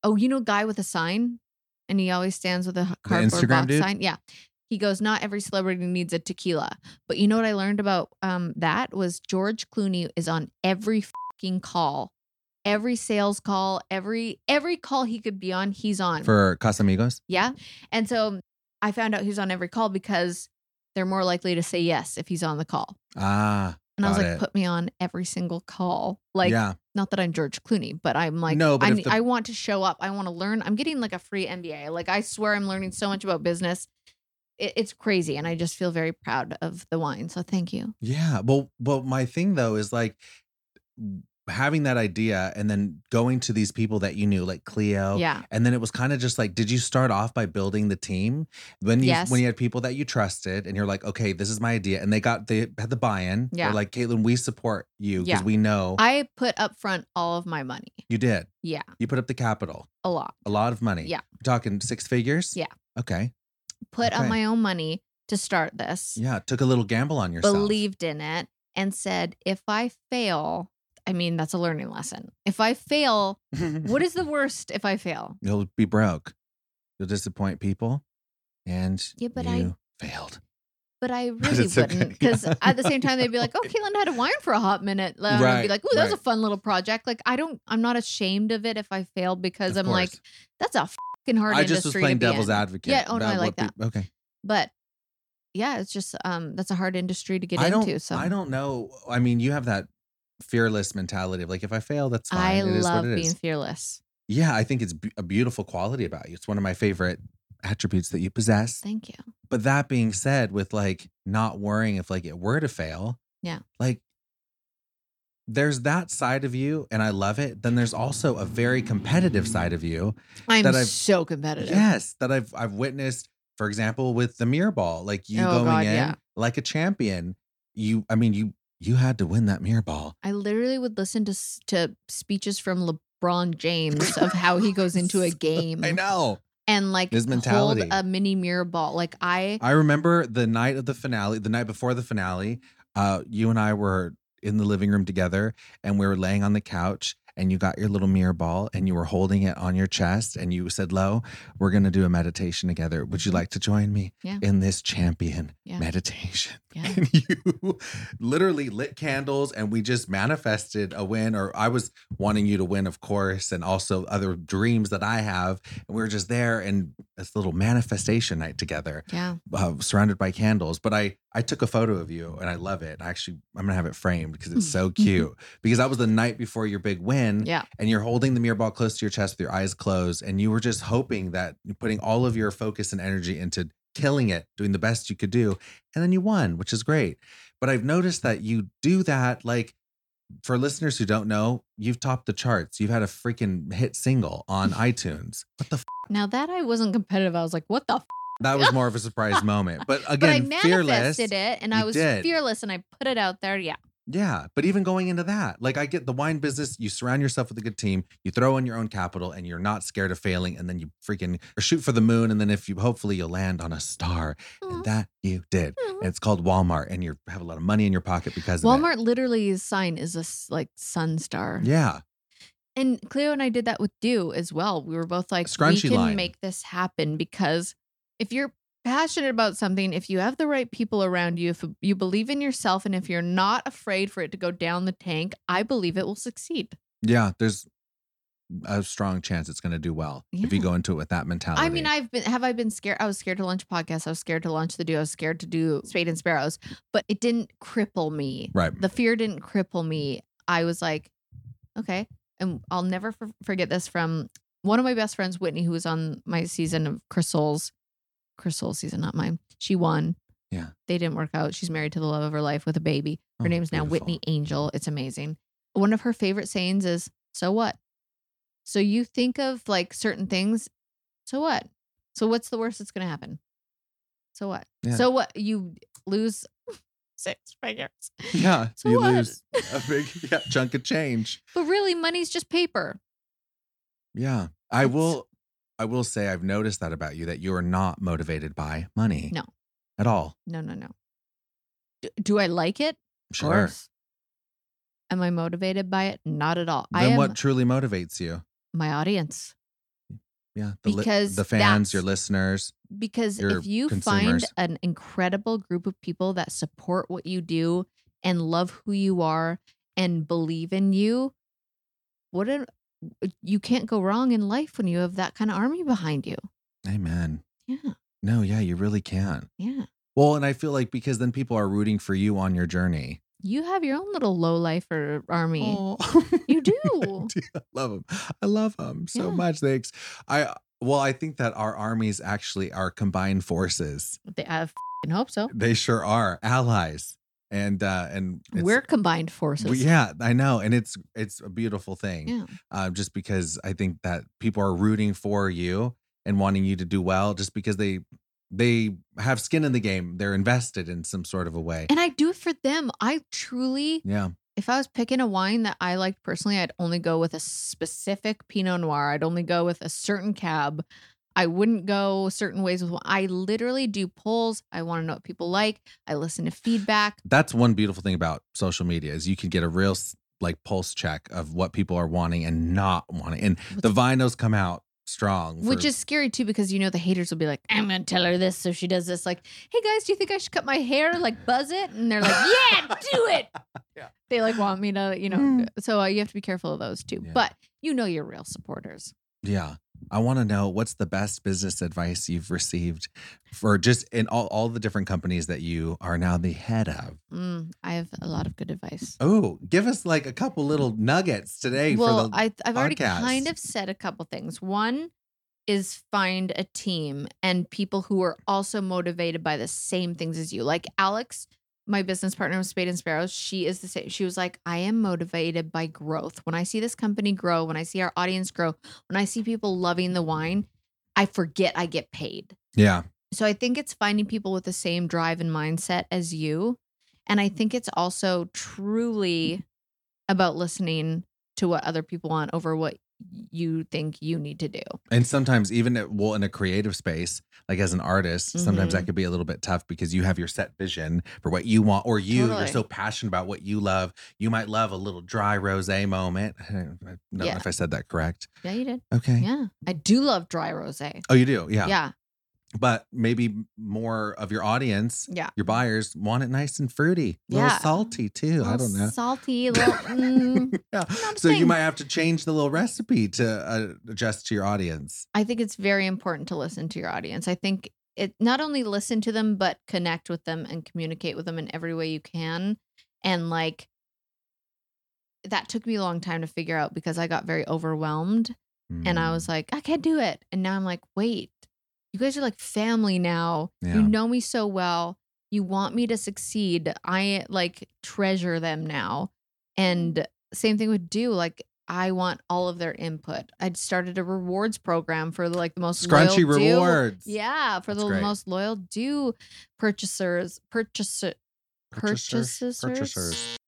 Speaker 7: oh, you know, guy with a sign, and he always stands with a h-
Speaker 3: The
Speaker 7: cardboard
Speaker 3: Instagram
Speaker 7: box
Speaker 3: dude?
Speaker 7: sign. Yeah. He goes, not every celebrity needs a tequila. But you know what I learned about um, that was George Clooney is on every fucking call, every sales call, every every call he could be on, he's on.
Speaker 3: for Casamigos.
Speaker 7: yeah. And so I found out he's on every call because they're more likely to say yes if he's on the call.
Speaker 3: Ah,
Speaker 7: And I was
Speaker 3: Got
Speaker 7: like,
Speaker 3: it.
Speaker 7: put me on every single call. Like
Speaker 3: yeah.
Speaker 7: not that I'm George Clooney, but I'm like,
Speaker 3: No, but
Speaker 7: I,
Speaker 3: if
Speaker 7: ne-
Speaker 3: the-
Speaker 7: I want to show up. I want to learn. I'm getting like a free MBA. Like I swear I'm learning so much about business. It, it's crazy. And I just feel very proud of the wine. So thank you.
Speaker 3: Yeah. Well, well, my thing though is like having that idea and then going to these people that you knew, like Cleo.
Speaker 7: Yeah.
Speaker 3: And then it was kind of just like, did you start off by building the team when you
Speaker 7: Yes.
Speaker 3: when you had people that you trusted and you're like, okay, this is my idea, and they got they had the buy-in. They're
Speaker 7: Yeah.
Speaker 3: like, Caitlin, we support you because
Speaker 7: Yeah.
Speaker 3: we know
Speaker 7: I put up front all of my money.
Speaker 3: you did.
Speaker 7: Yeah.
Speaker 3: You put up the capital,
Speaker 7: A lot.
Speaker 3: a lot of money.
Speaker 7: Yeah.
Speaker 3: We're talking six figures.
Speaker 7: Yeah.
Speaker 3: Okay.
Speaker 7: Put up
Speaker 3: Okay.
Speaker 7: my own money to start this.
Speaker 3: Yeah. Took a little gamble on yourself.
Speaker 7: believed in it and said, if I fail, I mean, that's a learning lesson. If I fail, what is the worst if I fail?
Speaker 3: You'll be broke. You'll disappoint people, and
Speaker 7: Yeah, but I-
Speaker 3: you failed.
Speaker 7: but I
Speaker 3: But
Speaker 7: really
Speaker 3: it's okay.
Speaker 7: wouldn't because
Speaker 3: Yeah.
Speaker 7: at the same time they'd be like, "Oh, Caitlin had a wine for a hot minute," and I'd
Speaker 3: Right,
Speaker 7: be like, "Oh, that was a
Speaker 3: right.
Speaker 7: fun little project." Like, I don't, I'm not ashamed of it if I failed because
Speaker 3: Of
Speaker 7: I'm like,
Speaker 3: course.
Speaker 7: that's a fucking hard.
Speaker 3: I just was
Speaker 7: industry
Speaker 3: playing
Speaker 7: to be
Speaker 3: devil's
Speaker 7: in.
Speaker 3: advocate.
Speaker 7: Yeah, oh, no,
Speaker 3: about
Speaker 7: I like
Speaker 3: what peop- okay,
Speaker 7: But yeah, it's just um, that's a hard industry to get
Speaker 3: I don't.
Speaker 7: into. So
Speaker 3: I don't know. I mean, you have that fearless mentality of like, if I fail, that's fine.
Speaker 7: I
Speaker 3: It is
Speaker 7: love
Speaker 3: what it
Speaker 7: being
Speaker 3: is.
Speaker 7: fearless.
Speaker 3: Yeah, I think it's b- a beautiful quality about you. It's one of my favorite attributes that you possess.
Speaker 7: Thank you.
Speaker 3: But that being said, with like not worrying if like it were to fail,
Speaker 7: Yeah.
Speaker 3: like there's that side of you, and I love it. Then there's also a very competitive side of you
Speaker 7: I'm
Speaker 3: That I've-
Speaker 7: so competitive.
Speaker 3: Yes, that I've I've witnessed, for example, with the mirror ball, like you
Speaker 7: Oh,
Speaker 3: going
Speaker 7: God,
Speaker 3: in
Speaker 7: yeah.
Speaker 3: like a champion. You, I mean, you you had to win that mirror ball.
Speaker 7: I literally would listen to s- to speeches from LeBron James of how he goes into a game.
Speaker 3: I know.
Speaker 7: and like
Speaker 3: His mentality.
Speaker 7: hold a mini mirror ball. Like I
Speaker 3: I remember the night of the finale, the night before the finale. Uh, you and I were in the living room together and we were laying on the couch and you got your little mirror ball and you were holding it on your chest and you said, Lo, we're going to do a meditation together. Would you like to join me
Speaker 7: Mm-hmm. Yeah.
Speaker 3: in this champion
Speaker 7: Yeah.
Speaker 3: meditation?
Speaker 7: Yeah.
Speaker 3: And you literally lit candles and we just manifested a win. Or I was wanting you to win, of course, and also other dreams that I have. And we were just there and this little manifestation night together
Speaker 7: Yeah.
Speaker 3: uh, surrounded by candles. But I I took a photo of you and I love it. I actually I'm gonna have it framed because it's so cute. because that was the night before your big win.
Speaker 7: Yeah.
Speaker 3: And you're holding the mirror ball close to your chest with your eyes closed, and you were just hoping that you're putting all of your focus and energy into killing it, doing the best you could do, and then you won, which is great. But I've noticed that you do that like for listeners who don't know, you've topped the charts. You've had a freaking hit single on iTunes. What the f-
Speaker 7: Now that I wasn't competitive, I was like, what the f-?
Speaker 3: that was more of a surprise moment. But again,
Speaker 7: but I
Speaker 3: fearless.
Speaker 7: manifested it and I
Speaker 3: you
Speaker 7: was
Speaker 3: did.
Speaker 7: fearless and I put it out there. Yeah.
Speaker 3: Yeah, but even going into that, like I get the wine business, you surround yourself with a good team, you throw in your own capital, and you're not scared of failing, and then you freaking shoot for the moon, and then if you hopefully you'll land on a star,
Speaker 7: Aw.
Speaker 3: and that you did.
Speaker 7: Aw.
Speaker 3: And it's called Walmart, and you have a lot of money in your pocket because of
Speaker 7: Mm-hmm. Walmart literally sign is a s- like sun star.
Speaker 3: It. Yeah,
Speaker 7: And Cleo and I did that with Dew as well. We were both like,
Speaker 3: Scrunchy
Speaker 7: we can
Speaker 3: line.
Speaker 7: make this happen because if you're passionate about something, if you have the right people around you, if you believe in yourself, and if you're not afraid for it to go down the tank, I believe it will succeed.
Speaker 3: yeah. There's a strong chance it's going to do well if you
Speaker 7: Yeah.
Speaker 3: go into it with that mentality.
Speaker 7: I mean, I've been have I been scared? I was scared to launch a podcast. I was scared to launch the Dew. I was scared to do Spade and Sparrows, but it didn't cripple me.
Speaker 3: right.
Speaker 7: the fear didn't cripple me. I was like, okay. And I'll never for- forget this from one of my best friends, Whitney, who was on my season of Crystal's, Crystal's season, not mine. She won.
Speaker 3: Yeah.
Speaker 7: They didn't work out. She's married to the love of her life with a baby. Her
Speaker 3: Oh,
Speaker 7: name's now
Speaker 3: beautiful.
Speaker 7: Whitney Angel. It's amazing. One of her favorite sayings is, so what? So you think of like certain things. So what? So what's the worst that's going to happen? So what?
Speaker 3: Yeah.
Speaker 7: So what? You lose six figures.
Speaker 3: Yeah,
Speaker 7: So
Speaker 3: you
Speaker 7: what?
Speaker 3: lose a big yeah, chunk of change.
Speaker 7: But really, money's just paper.
Speaker 3: Yeah. I
Speaker 7: It's-
Speaker 3: will I will say I've noticed that about you that you are not motivated by money.
Speaker 7: No.
Speaker 3: At all.
Speaker 7: No, no, no. Do, do I like it?
Speaker 3: Sure.
Speaker 7: Am I motivated by it? Not at all. I
Speaker 3: Then
Speaker 7: am
Speaker 3: what truly motivates you?
Speaker 7: my audience.
Speaker 3: Yeah. The, li-
Speaker 7: Because
Speaker 3: the fans, your
Speaker 7: that's-
Speaker 3: listeners.
Speaker 7: Because
Speaker 3: Your
Speaker 7: if you
Speaker 3: consumers.
Speaker 7: find an incredible group of people that support what you do and love who you are and believe in you, what a, you can't go wrong in life when you have that kind of army behind you.
Speaker 3: Amen.
Speaker 7: Yeah.
Speaker 3: No, yeah, you really can.
Speaker 7: Yeah.
Speaker 3: Well, and I feel like because then people are rooting for you on your journey.
Speaker 7: You have your own little low lifer army.
Speaker 3: Oh.
Speaker 7: You do.
Speaker 3: I love them. I love them so
Speaker 7: Yeah.
Speaker 3: much. Thanks. I uh, well, I think that our armies actually are combined forces.
Speaker 7: They- I fing hope so.
Speaker 3: They sure are allies. And uh and it's-
Speaker 7: We're combined forces.
Speaker 3: Well, yeah, I know, and it's it's a beautiful thing.
Speaker 7: Yeah.
Speaker 3: Uh, just because I think that people are rooting for you and wanting you to do well, just because they they have skin in the game, they're invested in some sort of a way.
Speaker 7: And I do it for them. I truly,
Speaker 3: Yeah,
Speaker 7: if I was picking a wine that I liked personally, I'd only go with a specific Pinot Noir. I'd only go with a certain cab. I wouldn't go certain ways with wine. I literally do polls. I want to know what people like. I listen to feedback.
Speaker 3: that's one beautiful thing about social media is you can get a real s- like pulse check of what people are wanting and not wanting, and the vinos come out strong,
Speaker 7: Which
Speaker 3: for-
Speaker 7: is scary too, because you know the haters will be like, "I'm gonna tell her this, so she does this." Like, "Hey guys, do you think I should cut my hair? Like, buzz it?" And they're like, "Yeah, do it."
Speaker 3: Yeah. Mm.
Speaker 7: They like want me to, you know. So uh, you have to be careful of those too.
Speaker 3: Yeah.
Speaker 7: But you know your real supporters.
Speaker 3: Yeah. I want to know what's the best business advice you've received for just in all, all the different companies that you are now the head of.
Speaker 7: Mm, I have a lot of good advice.
Speaker 3: Oh, give us like a couple little nuggets today.
Speaker 7: well,
Speaker 3: for the,
Speaker 7: I, I've already
Speaker 3: podcast.
Speaker 7: kind of said a couple things. One is find a team and people who are also motivated by the same things as you. Like Alex, my business partner with Spade and Sparrows, she is the same. She was like, I am motivated by growth. When I see this company grow, when I see our audience grow, when I see people loving the wine, I forget I get paid.
Speaker 3: yeah,
Speaker 7: So I think it's finding people with the same drive and mindset as you. And I think it's also truly about listening to what other people want over what you think you need to do.
Speaker 3: And sometimes even at, well in a creative space, like as an artist, sometimes
Speaker 7: Mm-hmm.
Speaker 3: that could be a little bit tough because you have your set vision for what you want, or you you're
Speaker 7: Totally.
Speaker 3: so passionate about what you love. You might love a little dry rose moment. I don't know
Speaker 7: Yeah.
Speaker 3: if I said that correct.
Speaker 7: Yeah, you did.
Speaker 3: Okay.
Speaker 7: Yeah. I do love dry rose. Yeah.
Speaker 3: Oh, you do. Yeah.
Speaker 7: Yeah.
Speaker 3: But maybe more of your audience,
Speaker 7: Yeah.
Speaker 3: your buyers want it nice and fruity, a little
Speaker 7: Yeah.
Speaker 3: salty too. I
Speaker 7: Little
Speaker 3: don't know.
Speaker 7: Salty little. mm,
Speaker 3: Yeah.
Speaker 7: not
Speaker 3: So you
Speaker 7: saying-
Speaker 3: might have to change the little recipe to uh, adjust to your audience.
Speaker 7: I think it's very important to listen to your audience. I think it not only listen to them, but connect with them and communicate with them in every way you can. And like that took me a long time to figure out because I got very overwhelmed and I
Speaker 3: Mm.
Speaker 7: was like, I can't do it. And now I'm like, wait, you guys are like family now.
Speaker 3: Yeah.
Speaker 7: You know me so well. You want me to succeed. I like treasure them now.
Speaker 3: Mm.
Speaker 7: And same thing with do. Like, I want all of their input. I'd started a rewards program for like the most
Speaker 3: Scrunchy
Speaker 7: loyal Dew-
Speaker 3: rewards.
Speaker 7: Yeah, for
Speaker 3: That's
Speaker 7: the
Speaker 3: great.
Speaker 7: most loyal do purchasers, purchaser, purchasers,
Speaker 3: Purchasers? Purchasers.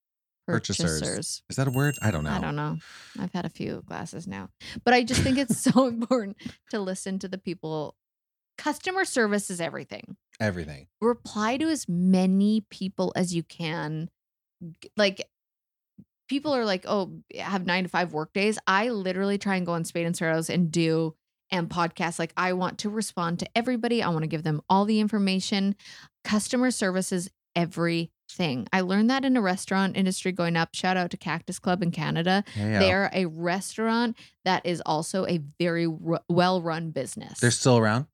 Speaker 3: Purchasers.
Speaker 7: Purchasers.
Speaker 3: Is that a word? I don't know.
Speaker 7: I don't know. I've had a few glasses now, but I just think it's so important to listen to the people. Customer service is everything.
Speaker 3: Everything.
Speaker 7: Reply to as many people as you can. G- Like, people are like, oh, I have nine to five work days. I literally try and go on Spade and Sorrows and do and podcasts. Like, I want to respond to everybody. I want to give them all the information. Customer service is everything. I learned that in a restaurant industry going up. Shout out to Cactus Club in Canada.
Speaker 3: Yeah.
Speaker 7: They're a restaurant that is also a very r- well run business.
Speaker 3: They're still around.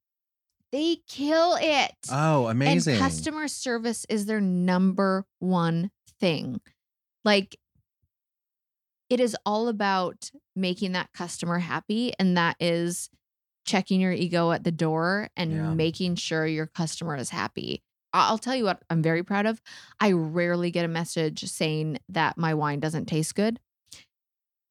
Speaker 7: they kill it.
Speaker 3: Oh, amazing.
Speaker 7: And customer service is their number one thing. Like, it is all about making that customer happy. And that is checking your ego at the door and
Speaker 3: Yeah.
Speaker 7: making sure your customer is happy. I- I'll tell you what I'm very proud of. I rarely get a message saying that my wine doesn't taste good.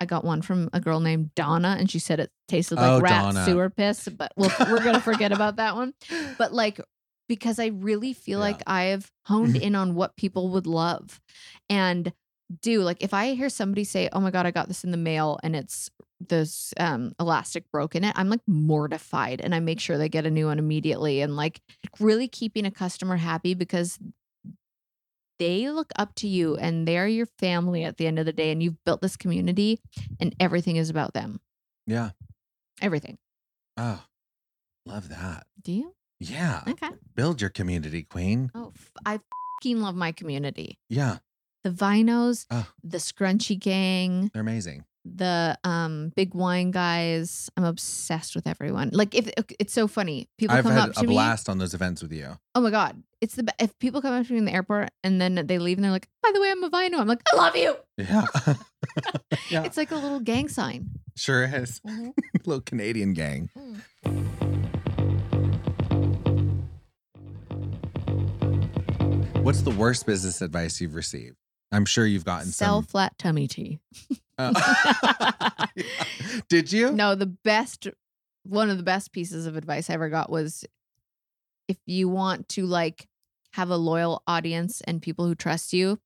Speaker 7: I got one from a girl named Donna, and she said it tasted like
Speaker 3: Oh,
Speaker 7: rat
Speaker 3: Donna.
Speaker 7: sewer piss, but we'll, we're going to forget about that one. But like, because I really feel
Speaker 3: Yeah.
Speaker 7: like I've honed in on what people would love and do. Like, if I hear somebody say, Oh my God, I got this in the mail and it's this um, elastic broke in it, I'm like mortified and I make sure they get a new one immediately. And like, really keeping a customer happy because they look up to you and they're your family at the end of the day. And you've built this community and everything is about them.
Speaker 3: yeah.
Speaker 7: Everything.
Speaker 3: Oh, love that.
Speaker 7: Do you?
Speaker 3: Yeah.
Speaker 7: Okay.
Speaker 3: Build your community, queen.
Speaker 7: Oh, f- I fing love my community.
Speaker 3: Yeah.
Speaker 7: The Vinos,
Speaker 3: Oh,
Speaker 7: the Scrunchy Gang,
Speaker 3: they're amazing.
Speaker 7: the um big wine guys. I'm obsessed with everyone. Like if it's so funny, people
Speaker 3: I've
Speaker 7: come
Speaker 3: had
Speaker 7: up to
Speaker 3: a
Speaker 7: me.
Speaker 3: blast on those events with you.
Speaker 7: Oh my god, it's the be- if people come up to me in the airport and then they leave and they're like, "By the way, I'm a Vino." I'm like, "I love you."
Speaker 3: Yeah. yeah.
Speaker 7: It's like a little gang sign.
Speaker 3: sure is. Little Canadian gang. What's the worst business advice you've received? I'm sure you've gotten
Speaker 7: Sell
Speaker 3: some.
Speaker 7: flat tummy tea.
Speaker 3: Uh, Did you?
Speaker 7: No, the best one of the best pieces of advice I ever got was if you want to like have a loyal audience and people who trust you,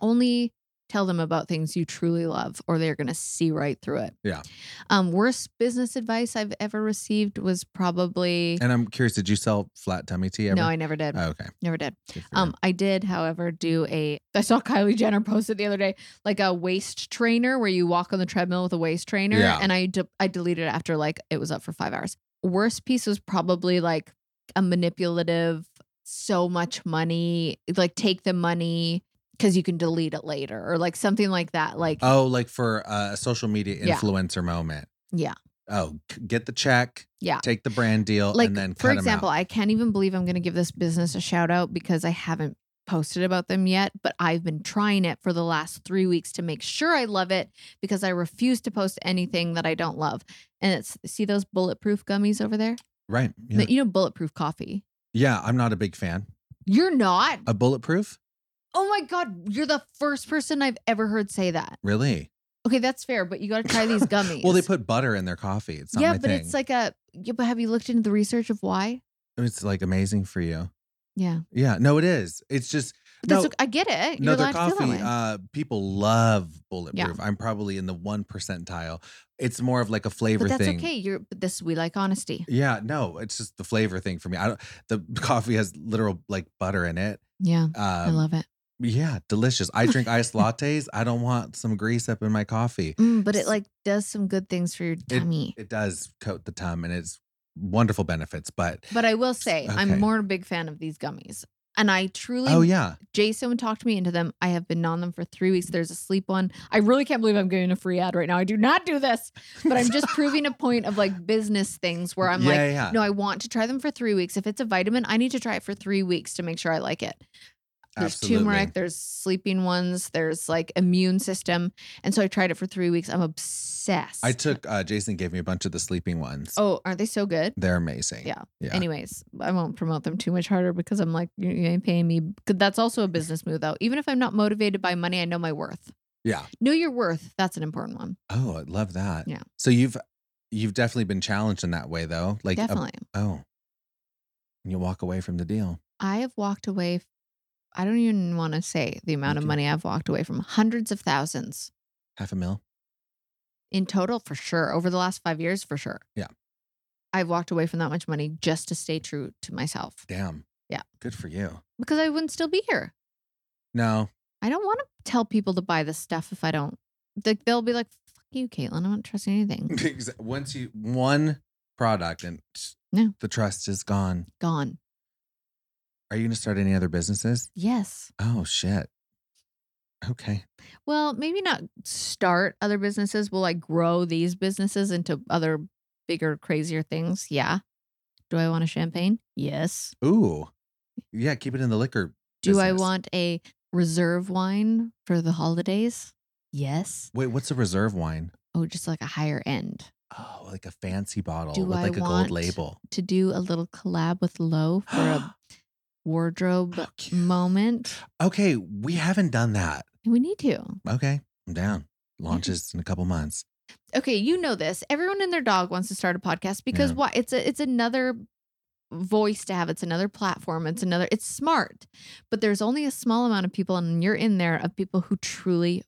Speaker 7: only tell them about things you truly love or they're going to see right through it.
Speaker 3: Yeah.
Speaker 7: Um worst business advice I've ever received was probably
Speaker 3: And I'm curious, did you sell flat tummy tea ever?
Speaker 7: No, I never did.
Speaker 3: Oh, okay.
Speaker 7: never did.
Speaker 3: Good for you.
Speaker 7: Um, I did, however, do a. I saw Kylie Jenner post it the other day, like a waist trainer where you walk on the treadmill with a waist trainer,
Speaker 3: Yeah.
Speaker 7: and I de- I deleted it after like it was up for five hours. Worst piece was probably like a manipulative, so much money, like take the money because you can delete it later, or like something like that. Like
Speaker 3: Oh, like for uh, a social media
Speaker 7: Yeah.
Speaker 3: influencer moment.
Speaker 7: Yeah.
Speaker 3: Oh, c- get the check,
Speaker 7: yeah,
Speaker 3: take the brand deal,
Speaker 7: like
Speaker 3: and then cut
Speaker 7: for
Speaker 3: 'em
Speaker 7: example,
Speaker 3: out.
Speaker 7: I can't even believe I'm going to give this business a shout out because I haven't posted about them yet, but I've been trying it for the last 3 weeks to make sure I love it because I refuse to post anything that I don't love. And it's see those bulletproof gummies over there?
Speaker 3: right. Yeah.
Speaker 7: You know bulletproof coffee.
Speaker 3: yeah, I'm not a big fan.
Speaker 7: You're not?
Speaker 3: A bulletproof?
Speaker 7: Oh my god, you're the first person I've ever heard say that.
Speaker 3: Really?
Speaker 7: Okay, that's fair, but you got to try these gummies.
Speaker 3: Well, they put butter in their coffee. It's not
Speaker 7: Yeah,
Speaker 3: my
Speaker 7: but
Speaker 3: thing.
Speaker 7: it's like a yeah, but have you looked into the research of why?
Speaker 3: it's like amazing for you.
Speaker 7: Yeah.
Speaker 3: Yeah, no, it is. It's just
Speaker 7: That's
Speaker 3: No.
Speaker 7: okay. I get it.
Speaker 3: no,
Speaker 7: You're
Speaker 3: their
Speaker 7: allowed to feel
Speaker 3: coffee.
Speaker 7: that way.
Speaker 3: Uh, people love bulletproof. I'm probably in the one percentile. It's more of like a flavor
Speaker 7: but that's
Speaker 3: thing.
Speaker 7: okay. You're but this we like honesty.
Speaker 3: Yeah, no, it's just the flavor thing for me. I don't. The coffee has literal like butter in it.
Speaker 7: Yeah,
Speaker 3: Um,
Speaker 7: I love it.
Speaker 3: Yeah, delicious. I drink iced lattes. I don't want some grease up in my coffee.
Speaker 7: Mm, but it like does some good things for your
Speaker 3: It,
Speaker 7: tummy.
Speaker 3: it does coat the tum, and it's wonderful benefits. But
Speaker 7: but I will say,
Speaker 3: okay.
Speaker 7: I'm more a big fan of these gummies, and I truly.
Speaker 3: oh yeah,
Speaker 7: Jason talked me into them. I have been on them for three weeks. There's a sleep one. I really can't believe I'm getting a free ad right now. I do not do this, but I'm just proving a point of like business things where I'm
Speaker 3: Yeah,
Speaker 7: like,
Speaker 3: yeah, yeah.
Speaker 7: no, I want to try them for three weeks. If it's a vitamin, I need to try it for three weeks to make sure I like it. There's
Speaker 3: Absolutely.
Speaker 7: turmeric, there's sleeping ones, there's like immune system. And so I tried it for three weeks. I'm obsessed.
Speaker 3: I took. uh Jason gave me a bunch of the sleeping ones.
Speaker 7: oh, aren't they so good?
Speaker 3: They're amazing.
Speaker 7: Yeah.
Speaker 3: Yeah.
Speaker 7: Anyways, I won't promote them too much harder because I'm like, you, you ain't paying me. 'Cause That's also a business move, though. Even if I'm not motivated by money, I know my worth.
Speaker 3: Yeah.
Speaker 7: Know your worth. That's an important one.
Speaker 3: Oh, I love that.
Speaker 7: Yeah.
Speaker 3: So you've you've definitely been challenged in that way though. Like a-
Speaker 7: Definitely.
Speaker 3: oh. And you walk away from the deal.
Speaker 7: I have walked away. f- I don't even want to say the amount of
Speaker 3: Okay.
Speaker 7: money I've walked away from hundreds of thousands
Speaker 3: Half a mil.
Speaker 7: in total for sure over the last five years for sure.
Speaker 3: Yeah.
Speaker 7: I've walked away from that much money just to stay true to myself
Speaker 3: Damn.
Speaker 7: Yeah.
Speaker 3: Good for you.
Speaker 7: because I wouldn't still be here.
Speaker 3: No.
Speaker 7: I don't want to tell people to buy this stuff if I don't. Like they'll be like, "Fuck you, Caitlin. I don't trust
Speaker 3: Mm.
Speaker 7: anything."
Speaker 3: Exa- Once you one product and s-
Speaker 7: No.
Speaker 3: the trust is gone.
Speaker 7: Gone.
Speaker 3: Are you gonna start any other businesses?
Speaker 7: Yes.
Speaker 3: Oh shit. Okay.
Speaker 7: Well, maybe not start other businesses. Will I grow these businesses into other bigger, crazier things? Yeah. Do I want a champagne? Yes.
Speaker 3: Ooh. Yeah, keep it in the liquor.
Speaker 7: Do I
Speaker 3: business.
Speaker 7: want a reserve wine for the holidays? Yes.
Speaker 3: Wait, what's a reserve wine?
Speaker 7: Oh, just like a higher end.
Speaker 3: Oh, like a fancy bottle
Speaker 7: Do
Speaker 3: with
Speaker 7: I
Speaker 3: like a gold
Speaker 7: want
Speaker 3: label.
Speaker 7: To do a little collab with Lowe for a wardrobe
Speaker 3: How cute.
Speaker 7: moment.
Speaker 3: Okay, we haven't done that.
Speaker 7: We need to.
Speaker 3: Okay, I'm down.
Speaker 7: Mm-hmm.
Speaker 3: Launches in a couple months.
Speaker 7: okay, you know this. Everyone and their dog wants to start a podcast because
Speaker 3: Yeah.
Speaker 7: why? It's a, it's another voice to have. It's another platform. It's another. It's smart, but there's only a small amount of people, and you're in there of people who truly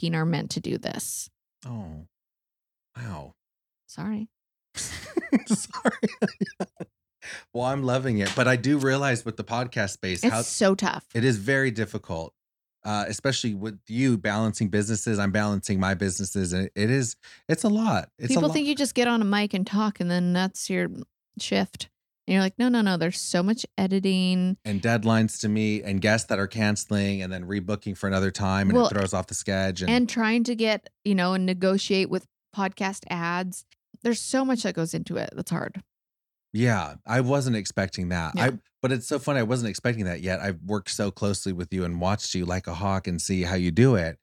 Speaker 7: fing are meant to do this.
Speaker 3: Oh, wow.
Speaker 7: Sorry.
Speaker 3: Sorry. well, I'm loving it, but I do realize with the podcast space
Speaker 7: It's
Speaker 3: how
Speaker 7: so tough.
Speaker 3: it is very difficult, uh, especially with you balancing businesses. I'm balancing my businesses, and it is it's a lot. It's a
Speaker 7: People
Speaker 3: lot.
Speaker 7: think you just get on a mic and talk, and then that's your shift. And you're like, no, no, no. There's so much editing.
Speaker 3: and deadlines to me, and guests that are canceling, and then rebooking for another time, and
Speaker 7: Well,
Speaker 3: it throws off the sketch. And,
Speaker 7: and trying to get you know and negotiate with podcast ads there's so much that goes into it that's hard
Speaker 3: Yeah, I wasn't expecting that.
Speaker 7: Yeah.
Speaker 3: I but it's so funny. I wasn't expecting that yet. I've worked so closely with you and watched you like a hawk and see how you do it.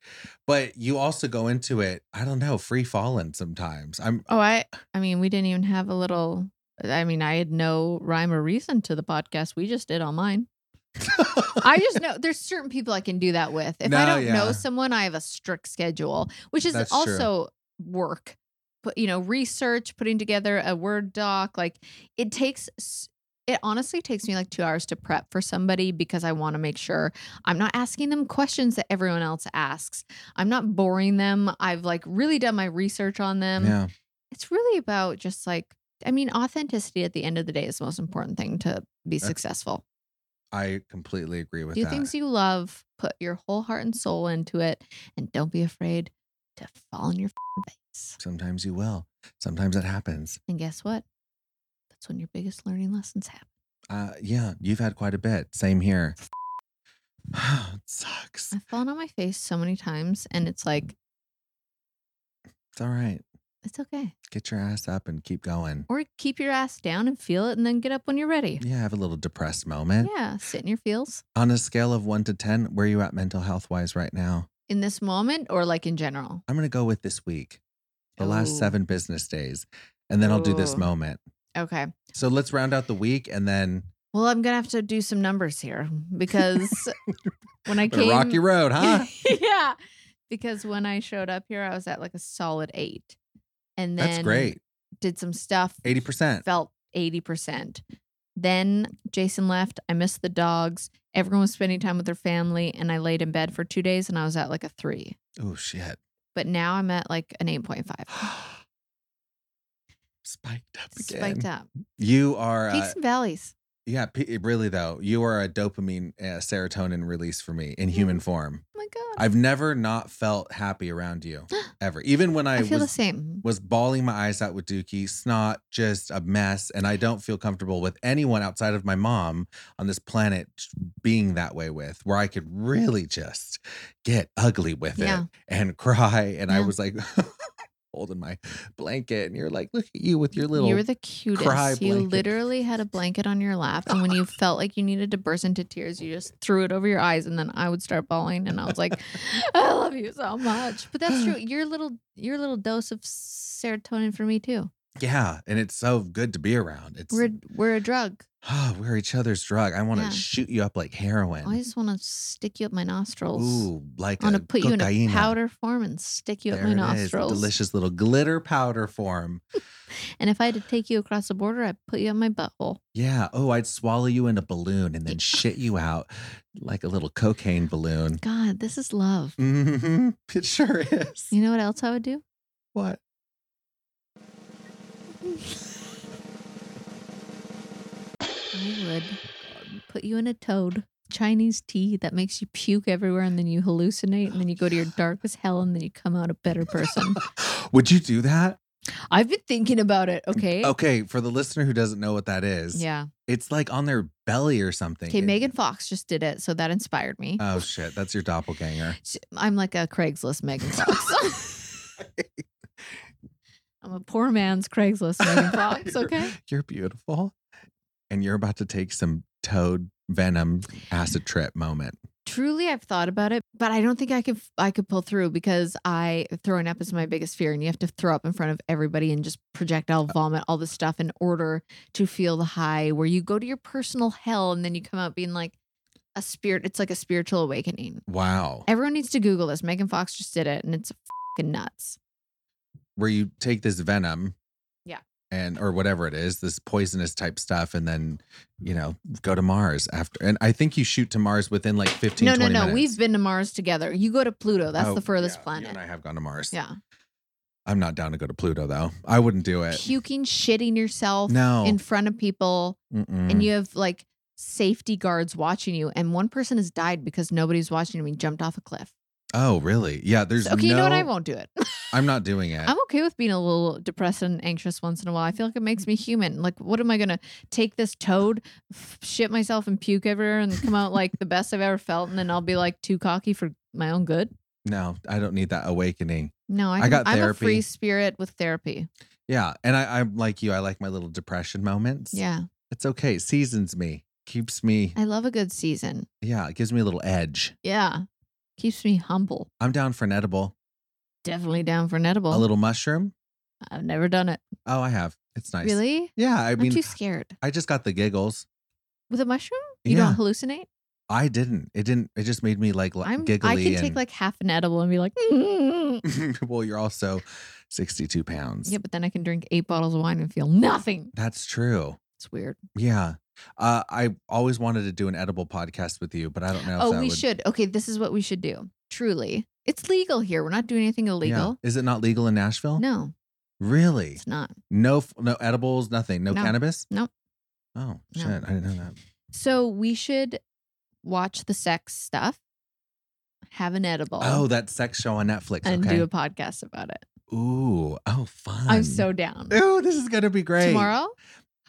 Speaker 3: But you also go into it, I don't know, free falling sometimes. I'm
Speaker 7: oh i i mean we didn't even have a little i mean i had no rhyme or reason to the podcast we just did on mine i just know there's certain people i can do that with if i
Speaker 3: No,
Speaker 7: don't
Speaker 3: yeah.
Speaker 7: know someone i have a strict schedule which is
Speaker 3: That's true.
Speaker 7: also work but you know research putting together a word doc like it takes s- it honestly takes me like two hours to prep for somebody because i want to make sure i'm not asking them questions that everyone else asks i'm not boring them i've like really done my research on them
Speaker 3: yeah.
Speaker 7: it's really about just like i mean authenticity at the end of the day is the most important thing to be
Speaker 3: That's-
Speaker 7: successful
Speaker 3: I completely agree with
Speaker 7: do
Speaker 3: that.
Speaker 7: things you love put your whole heart and soul into it and don't be afraid to fall on your f***ing face
Speaker 3: Sometimes you will. Sometimes it happens.
Speaker 7: and guess what that's when your biggest learning lessons happen
Speaker 3: Uh yeah, you've had quite a bit. Same here. it sucks.
Speaker 7: i've fallen on my face so many times and it's like
Speaker 3: It's all right.
Speaker 7: it's okay
Speaker 3: Get your ass up and keep going.
Speaker 7: or keep your ass down and feel it and then get up when you're ready
Speaker 3: Yeah, have a little depressed moment.
Speaker 7: yeah sit in your feels
Speaker 3: On a scale of one to 10, where are you at mental health wise right now?
Speaker 7: in this moment or like in general
Speaker 3: I'm going to go with this week, the last
Speaker 7: Ooh.
Speaker 3: seven business days, and then I'll do this
Speaker 7: Ooh.
Speaker 3: moment.
Speaker 7: okay
Speaker 3: So let's round out the week and then
Speaker 7: Well, I'm gonna have to do some numbers here because when I
Speaker 3: Bit of
Speaker 7: came,
Speaker 3: rocky road, huh?
Speaker 7: yeah, because when I showed up here, I was at like a solid eight, and then
Speaker 3: That's great.
Speaker 7: Did some stuff,
Speaker 3: 80%.
Speaker 7: felt eighty percent, Then Jason left. I missed the dogs. Everyone was spending time with their family, and I laid in bed for two days and I was at like a three.
Speaker 3: Oh shit.
Speaker 7: But now I'm at like an 8.5.
Speaker 3: Spiked up again.
Speaker 7: Spiked up.
Speaker 3: You are uh,
Speaker 7: Peaks and valleys.
Speaker 3: yeah, p- really though. You are a dopamine uh, serotonin release for me in human form.
Speaker 7: Oh my God.
Speaker 3: I've never not felt happy around you ever. Even when I,
Speaker 7: I feel the
Speaker 3: was
Speaker 7: same.
Speaker 3: was bawling my eyes out with Dookie, snot, just a mess. And I don't feel comfortable with anyone outside of my mom on this planet being that way with, where I could really just get ugly with
Speaker 7: Yeah.
Speaker 3: it and cry. And I
Speaker 7: Yeah.
Speaker 3: was like holding my blanket, and you're like, look at you with your little.
Speaker 7: you were the cutest.
Speaker 3: cry
Speaker 7: You
Speaker 3: blanket.
Speaker 7: literally had a blanket on your lap, and when you felt like you needed to burst into tears, you just threw it over your eyes, and then I would start bawling, and I was like, "I love you so much." But that's true. Your little, your little dose of serotonin for me too.
Speaker 3: yeah, and it's so good to be around. It's
Speaker 7: We're
Speaker 3: we're,
Speaker 7: we're a drug.
Speaker 3: we're each other's drug. I want to
Speaker 7: Yeah.
Speaker 3: shoot you up like heroin.
Speaker 7: I just want to stick you up my nostrils.
Speaker 3: Ooh, like
Speaker 7: I want
Speaker 3: a
Speaker 7: to put you in a
Speaker 3: cocaína.
Speaker 7: powder form and stick you up
Speaker 3: There
Speaker 7: my
Speaker 3: it is,
Speaker 7: nostrils.
Speaker 3: delicious little glitter powder form.
Speaker 7: And if I had to take you across the border, I'd put you up my butthole.
Speaker 3: Yeah. Oh, I'd swallow you in a balloon and then shit you out like a little cocaine balloon.
Speaker 7: God, this is love.
Speaker 3: hmm It sure is.
Speaker 7: You know what else I would do?
Speaker 3: What?
Speaker 7: I would um, put you in a toad. Chinese tea that makes you puke everywhere and then you hallucinate and then you go to your darkest hell and then you come out a better person.
Speaker 3: Would you do that?
Speaker 7: I've been thinking about it, okay?
Speaker 3: Okay. For the listener who doesn't know what that is,
Speaker 7: Yeah.
Speaker 3: it's like on their belly or something.
Speaker 7: Okay,
Speaker 3: It-
Speaker 7: Megan Fox just did it, so that inspired me.
Speaker 3: Oh, shit. That's your doppelganger.
Speaker 7: Sh- I'm like a Craigslist Megan Fox. I'm a poor man's Craigslist Megan Fox,
Speaker 3: You're-
Speaker 7: okay?
Speaker 3: You're beautiful. And you're about to take some toad venom acid trip moment.
Speaker 7: Truly, I've thought about it, but I don't think I could I could pull through because I throwing up is my biggest fear, and you have to throw up in front of everybody and just projectile
Speaker 3: Uh
Speaker 7: vomit all this stuff in order to feel the high. Where you go to your personal hell, and then you come out being like a spirit. It's like a spiritual awakening.
Speaker 3: Wow.
Speaker 7: Everyone needs to Google this. Megan Fox just did it, and it's fucking nuts.
Speaker 3: where you take this venom
Speaker 7: Yeah.
Speaker 3: and or whatever it is this poisonous type stuff and then you
Speaker 7: Mm-hmm.
Speaker 3: know go to mars after and i think you shoot to mars within like 15
Speaker 7: No, no,
Speaker 3: 20
Speaker 7: no.
Speaker 3: minutes.
Speaker 7: We've been to Mars together. You go to Pluto. That's
Speaker 3: Oh,
Speaker 7: the furthest
Speaker 3: yeah, you
Speaker 7: planet.
Speaker 3: and i have gone to mars
Speaker 7: yeah,
Speaker 3: i'm not down to go to pluto though i wouldn't do it
Speaker 7: puking, shitting yourself
Speaker 3: no
Speaker 7: in front of people.
Speaker 3: Mm-mm.
Speaker 7: and you have like safety guards watching you and one person has died because nobody's watching him he jumped off a cliff
Speaker 3: oh really yeah there's
Speaker 7: So- okay you know what i
Speaker 3: no-
Speaker 7: won't do it
Speaker 3: i'm not doing it
Speaker 7: i'm okay with being a little depressed and anxious once in a while i feel like it makes me human like what am i gonna take this toad f- shit myself and puke everywhere and come out like the best i've ever felt and then i'll be like too cocky for my own good
Speaker 3: no i don't need that awakening
Speaker 7: no i,
Speaker 3: I
Speaker 7: can-
Speaker 3: got
Speaker 7: i'm a
Speaker 3: therapy.
Speaker 7: free spirit with therapy
Speaker 3: yeah and I, i'm like you i like my little depression moments
Speaker 7: yeah
Speaker 3: it's okay seasons me keeps me
Speaker 7: i love a good season
Speaker 3: yeah it gives me a little edge
Speaker 7: yeah keeps me humble
Speaker 3: i'm down for an edible
Speaker 7: definitely down for an edible
Speaker 3: a little mushroom
Speaker 7: i've never done it
Speaker 3: Oh, I have. It's nice.
Speaker 7: really
Speaker 3: Yeah. I
Speaker 7: I
Speaker 3: mean,
Speaker 7: am too scared
Speaker 3: I just got the giggles.
Speaker 7: with a mushroom. You
Speaker 3: yeah.
Speaker 7: don't hallucinate.
Speaker 3: I didn't. It didn't. It just made me like li-
Speaker 7: I'm.
Speaker 3: giggly.
Speaker 7: I can
Speaker 3: and,
Speaker 7: take like half an edible and be like, "Mm."
Speaker 3: well, you're also 62 pounds.
Speaker 7: yeah, but then I can drink eight bottles of wine and feel nothing.
Speaker 3: That's true.
Speaker 7: It's weird.
Speaker 3: Yeah. Uh, I always wanted to do an edible podcast with you, but I don't know. if
Speaker 7: Oh,
Speaker 3: that
Speaker 7: we
Speaker 3: would-
Speaker 7: should. Okay, this is what we should do. Truly, it's legal here. We're not doing anything
Speaker 3: Yeah.
Speaker 7: illegal.
Speaker 3: Is it not legal in Nashville?
Speaker 7: No,
Speaker 3: Really?
Speaker 7: it's not.
Speaker 3: No. f- No edibles. Nothing. No,
Speaker 7: No.
Speaker 3: cannabis.
Speaker 7: Nope.
Speaker 3: Oh
Speaker 7: No.
Speaker 3: shit! I didn't know that.
Speaker 7: So we should watch the sex stuff, have an edible,
Speaker 3: Oh, that sex show on Netflix.
Speaker 7: and
Speaker 3: okay.
Speaker 7: do a podcast about it.
Speaker 3: Ooh. Oh, fun.
Speaker 7: I'm so down.
Speaker 3: Ooh, this is gonna be great.
Speaker 7: Tomorrow. Oh,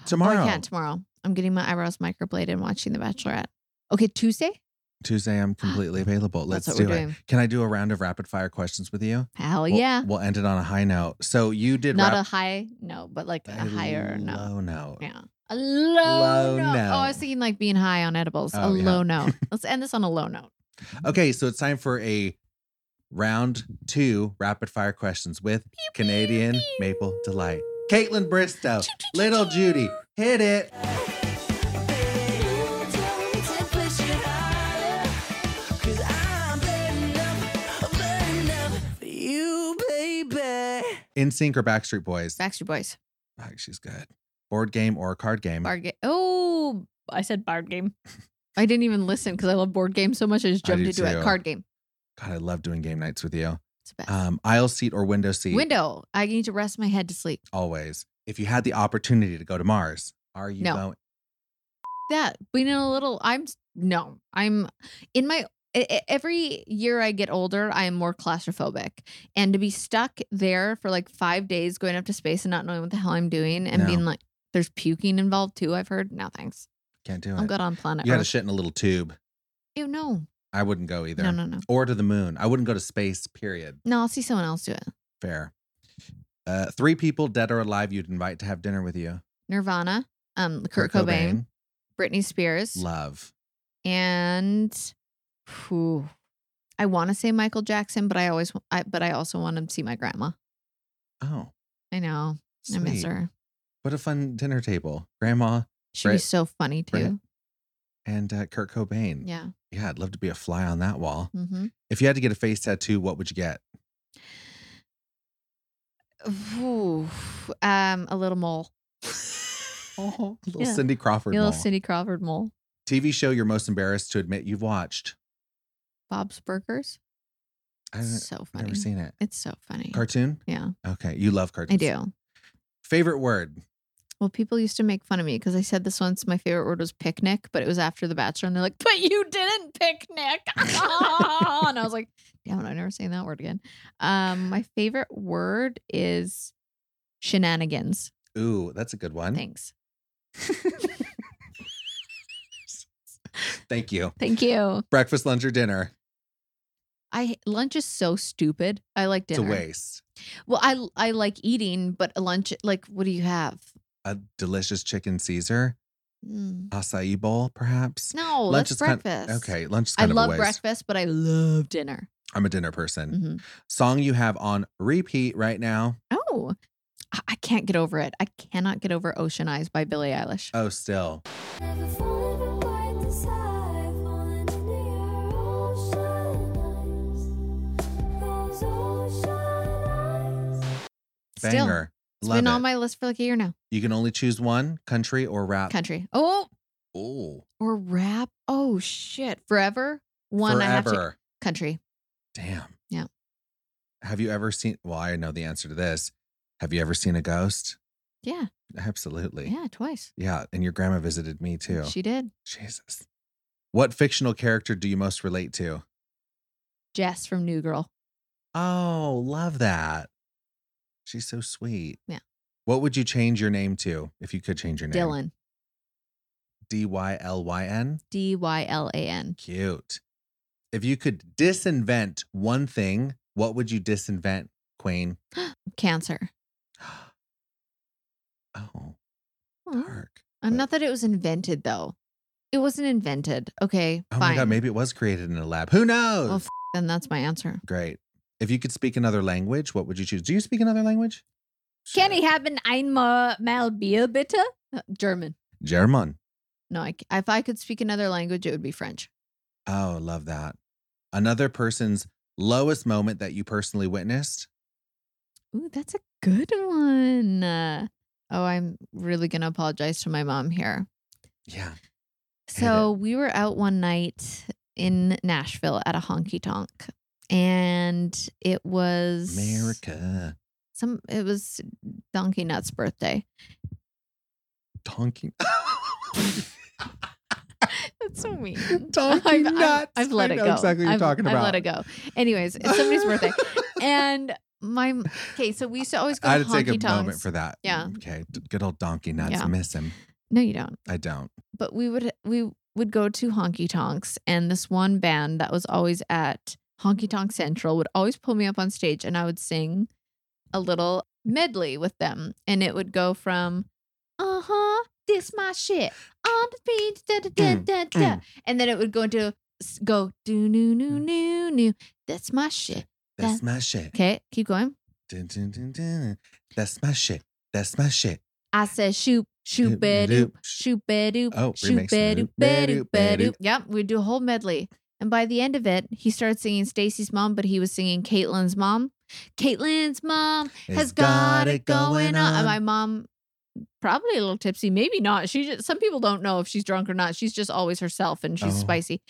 Speaker 3: Tomorrow.
Speaker 7: I can't tomorrow. I'm getting my eyebrows microbladed and watching The Bachelorette. Okay, Tuesday.
Speaker 3: Tuesday, I'm completely available. Let's
Speaker 7: That's what
Speaker 3: do
Speaker 7: we're
Speaker 3: it.
Speaker 7: doing.
Speaker 3: Can I do a round of rapid fire questions with you?
Speaker 7: Hell
Speaker 3: We'll-
Speaker 7: yeah.
Speaker 3: We'll end it on a high note. So you did
Speaker 7: Not
Speaker 3: rap-
Speaker 7: a high no, but like a higher no.
Speaker 3: low note.
Speaker 7: Yeah. A low,
Speaker 3: Low
Speaker 7: note.
Speaker 3: note.
Speaker 7: Oh, I was thinking like being high on edibles. a
Speaker 3: Oh, yeah.
Speaker 7: low note. Let's end this on a low note.
Speaker 3: Okay, so it's time for a round two rapid fire questions with Canadian Maple Delight. Caitlin Bristow, Little Judy, hit it. In sync or Backstreet Boys?
Speaker 7: Backstreet Boys.
Speaker 3: Fuck, she's good. board game or a card game.
Speaker 7: Bard game. Oh, I said bard game. I didn't even listen because I love board games so much. I just
Speaker 3: I
Speaker 7: jumped
Speaker 3: do
Speaker 7: into it.
Speaker 3: too.
Speaker 7: Card game.
Speaker 3: God, I love doing game nights with you.
Speaker 7: It's the best.
Speaker 3: Um, aisle seat or window seat.
Speaker 7: Window. I need to rest my head to sleep.
Speaker 3: Always. If you had the opportunity to go to Mars, are you
Speaker 7: No.
Speaker 3: going?
Speaker 7: that being a little i'm s- no i'm in my e- e- every year i get older i am more claustrophobic and to be stuck there for like five days going up to space and not knowing what the hell i'm doing and
Speaker 3: No.
Speaker 7: being like there's puking involved too i've heard no thanks
Speaker 3: Can't do it.
Speaker 7: i'm good on planet
Speaker 3: you had to
Speaker 7: earth
Speaker 3: shit in a little tube.
Speaker 7: Ew, no
Speaker 3: I wouldn't go either.
Speaker 7: no no no
Speaker 3: Or to the moon. I wouldn't go to space, period.
Speaker 7: no i'll see someone else do it
Speaker 3: Fair. Uh, three people, dead or alive, you'd invite to have dinner with you.
Speaker 7: nirvana um kurt, cobain, britney spears
Speaker 3: Love.
Speaker 7: and whew, i want to say michael jackson but i always I, but i also want to see my grandma
Speaker 3: Oh,
Speaker 7: i know I miss
Speaker 3: sweet.
Speaker 7: her.
Speaker 3: What a fun dinner table. Grandma
Speaker 7: She'd be
Speaker 3: Right.
Speaker 7: so funny too.
Speaker 3: Right. and uh, Kurt Cobain.
Speaker 7: Yeah.
Speaker 3: Yeah, I'd love to be a fly on that wall.
Speaker 7: hmm
Speaker 3: If you had to get a face tattoo, what would you get?
Speaker 7: Ooh, um, a little mole.
Speaker 3: Oh, a little
Speaker 7: Yeah.
Speaker 3: Cindy
Speaker 7: A
Speaker 3: Crawford.
Speaker 7: little
Speaker 3: mole.
Speaker 7: Cindy Crawford mole.
Speaker 3: TV show you're most embarrassed to admit you've watched.
Speaker 7: Bob's Burgers.
Speaker 3: I've
Speaker 7: So funny.
Speaker 3: never seen it.
Speaker 7: It's so funny.
Speaker 3: Cartoon?
Speaker 7: Yeah,
Speaker 3: Okay. You love cartoons.
Speaker 7: I do.
Speaker 3: Favorite word?
Speaker 7: Well, people used to make fun of me because I said this once. My favorite word was picnic, but it was after The Bachelor, and they're like, "But you didn't picnic," and I was like, "Damn it, I'm never saying that word again." Um, my favorite word is shenanigans.
Speaker 3: Ooh, that's a good one.
Speaker 7: Thanks.
Speaker 3: Thank you.
Speaker 7: Thank you.
Speaker 3: Breakfast, lunch, or dinner?
Speaker 7: I lunch is so stupid. I like dinner.
Speaker 3: It's a waste.
Speaker 7: Well, I I like eating, but a lunch like what do you have?
Speaker 3: A delicious chicken Caesar,
Speaker 7: Mm.
Speaker 3: acai bowl, perhaps.
Speaker 7: No,
Speaker 3: lunch
Speaker 7: that's
Speaker 3: is kind-
Speaker 7: breakfast.
Speaker 3: okay, lunch is
Speaker 7: I
Speaker 3: kind of
Speaker 7: love
Speaker 3: a waste.
Speaker 7: breakfast, but I love dinner.
Speaker 3: I'm a dinner person.
Speaker 7: Mhm.
Speaker 3: Song you have on repeat right now?
Speaker 7: Oh, I-, I can't get over it. I cannot get over Ocean Eyes by Billie Eilish.
Speaker 3: Oh, still.
Speaker 7: Still,
Speaker 3: Banger.
Speaker 7: It's
Speaker 3: love
Speaker 7: been
Speaker 3: it.
Speaker 7: on my list for like a year now.
Speaker 3: you can only choose one country or rap.
Speaker 7: Country. Oh,
Speaker 3: Oh,
Speaker 7: or rap. Oh shit, forever. One
Speaker 3: forever.
Speaker 7: I have to country.
Speaker 3: Damn.
Speaker 7: Yeah.
Speaker 3: Have you ever seen? Well, I know the answer to this. Have you ever seen a ghost?
Speaker 7: Yeah,
Speaker 3: Absolutely.
Speaker 7: yeah, twice.
Speaker 3: Yeah, and your grandma visited me too.
Speaker 7: She did.
Speaker 3: Jesus. What fictional character do you most relate to?
Speaker 7: Jess from New Girl.
Speaker 3: Oh, love that. She's so sweet.
Speaker 7: Yeah.
Speaker 3: What would you change your name to if you could change your name?
Speaker 7: Dylan.
Speaker 3: D Y L Y N.
Speaker 7: D Y L A N.
Speaker 3: Cute. If you could disinvent one thing, what would you disinvent, Queen?
Speaker 7: Cancer.
Speaker 3: Oh,
Speaker 7: Aw.
Speaker 3: dark.
Speaker 7: Um,
Speaker 3: But-
Speaker 7: not that it was invented though. It wasn't invented. Okay,
Speaker 3: Oh
Speaker 7: fine.
Speaker 3: my God, maybe it was created in a lab. Who knows?
Speaker 7: Well, f- then that's my answer.
Speaker 3: Great. If you could speak another language, what would you choose? Do you speak another language?
Speaker 7: Can ich haben einmal mal Bier bitte? Uh, German.
Speaker 3: German.
Speaker 7: No, I, c- if I could speak another language, it would be French.
Speaker 3: Oh, love that. Another person's lowest moment that you personally witnessed.
Speaker 7: Ooh, that's a good one. Uh, oh, I'm really gonna apologize to my mom here.
Speaker 3: Yeah. Hit
Speaker 7: So we were out one night in Nashville at a honky tonk, and it was
Speaker 3: America.
Speaker 7: Some it was Donkey Nut's birthday.
Speaker 3: Donkey.
Speaker 7: That's so mean.
Speaker 3: Donkey
Speaker 7: I've, I've-
Speaker 3: nuts.
Speaker 7: I've, let
Speaker 3: I
Speaker 7: it
Speaker 3: know
Speaker 7: go.
Speaker 3: exactly what you're
Speaker 7: I've,
Speaker 3: talking
Speaker 7: I've
Speaker 3: about.
Speaker 7: let it go. Anyways, it's somebody's birthday. And my okay, so we used to always go
Speaker 3: I
Speaker 7: to
Speaker 3: had to take a
Speaker 7: honky
Speaker 3: moment
Speaker 7: tonks.
Speaker 3: for that. Mm,
Speaker 7: Yeah.
Speaker 3: Okay. D- Good old donkey nuts.
Speaker 7: Yeah.
Speaker 3: Miss him.
Speaker 7: No, you don't.
Speaker 3: I don't.
Speaker 7: But we would we would go to honky tonks, and this one band that was always at honky tonk central would always pull me up on stage, and I would sing a little medley with them, and it would go from uh huh, this my shit on the beach, da da da
Speaker 3: Mm, Mm.
Speaker 7: da da, and then it would go into s- go do no no no no, that's my shit.
Speaker 3: That's my shit.
Speaker 7: Okay, keep going.
Speaker 3: Dun, dun, dun, dun. That's my shit. That's my shit.
Speaker 7: I said shoop, shoop,
Speaker 3: Doop,
Speaker 7: doop,
Speaker 3: sh-
Speaker 7: shoop, doop,
Speaker 3: Oh,
Speaker 7: shoop,
Speaker 3: remix the
Speaker 7: doop,
Speaker 3: doop, doop,
Speaker 7: doop, doop.
Speaker 3: doop.
Speaker 7: Yep, we do a whole medley. And by the end of it, he started singing Stacy's mom, but he was singing Oh, Caitlin's mom. Caitlin's mom has got, it going on. And my mom probably a little tipsy, maybe not. She just, some people don't know if she's drunk or not. She's just always herself and she's
Speaker 3: Oh.
Speaker 7: spicy.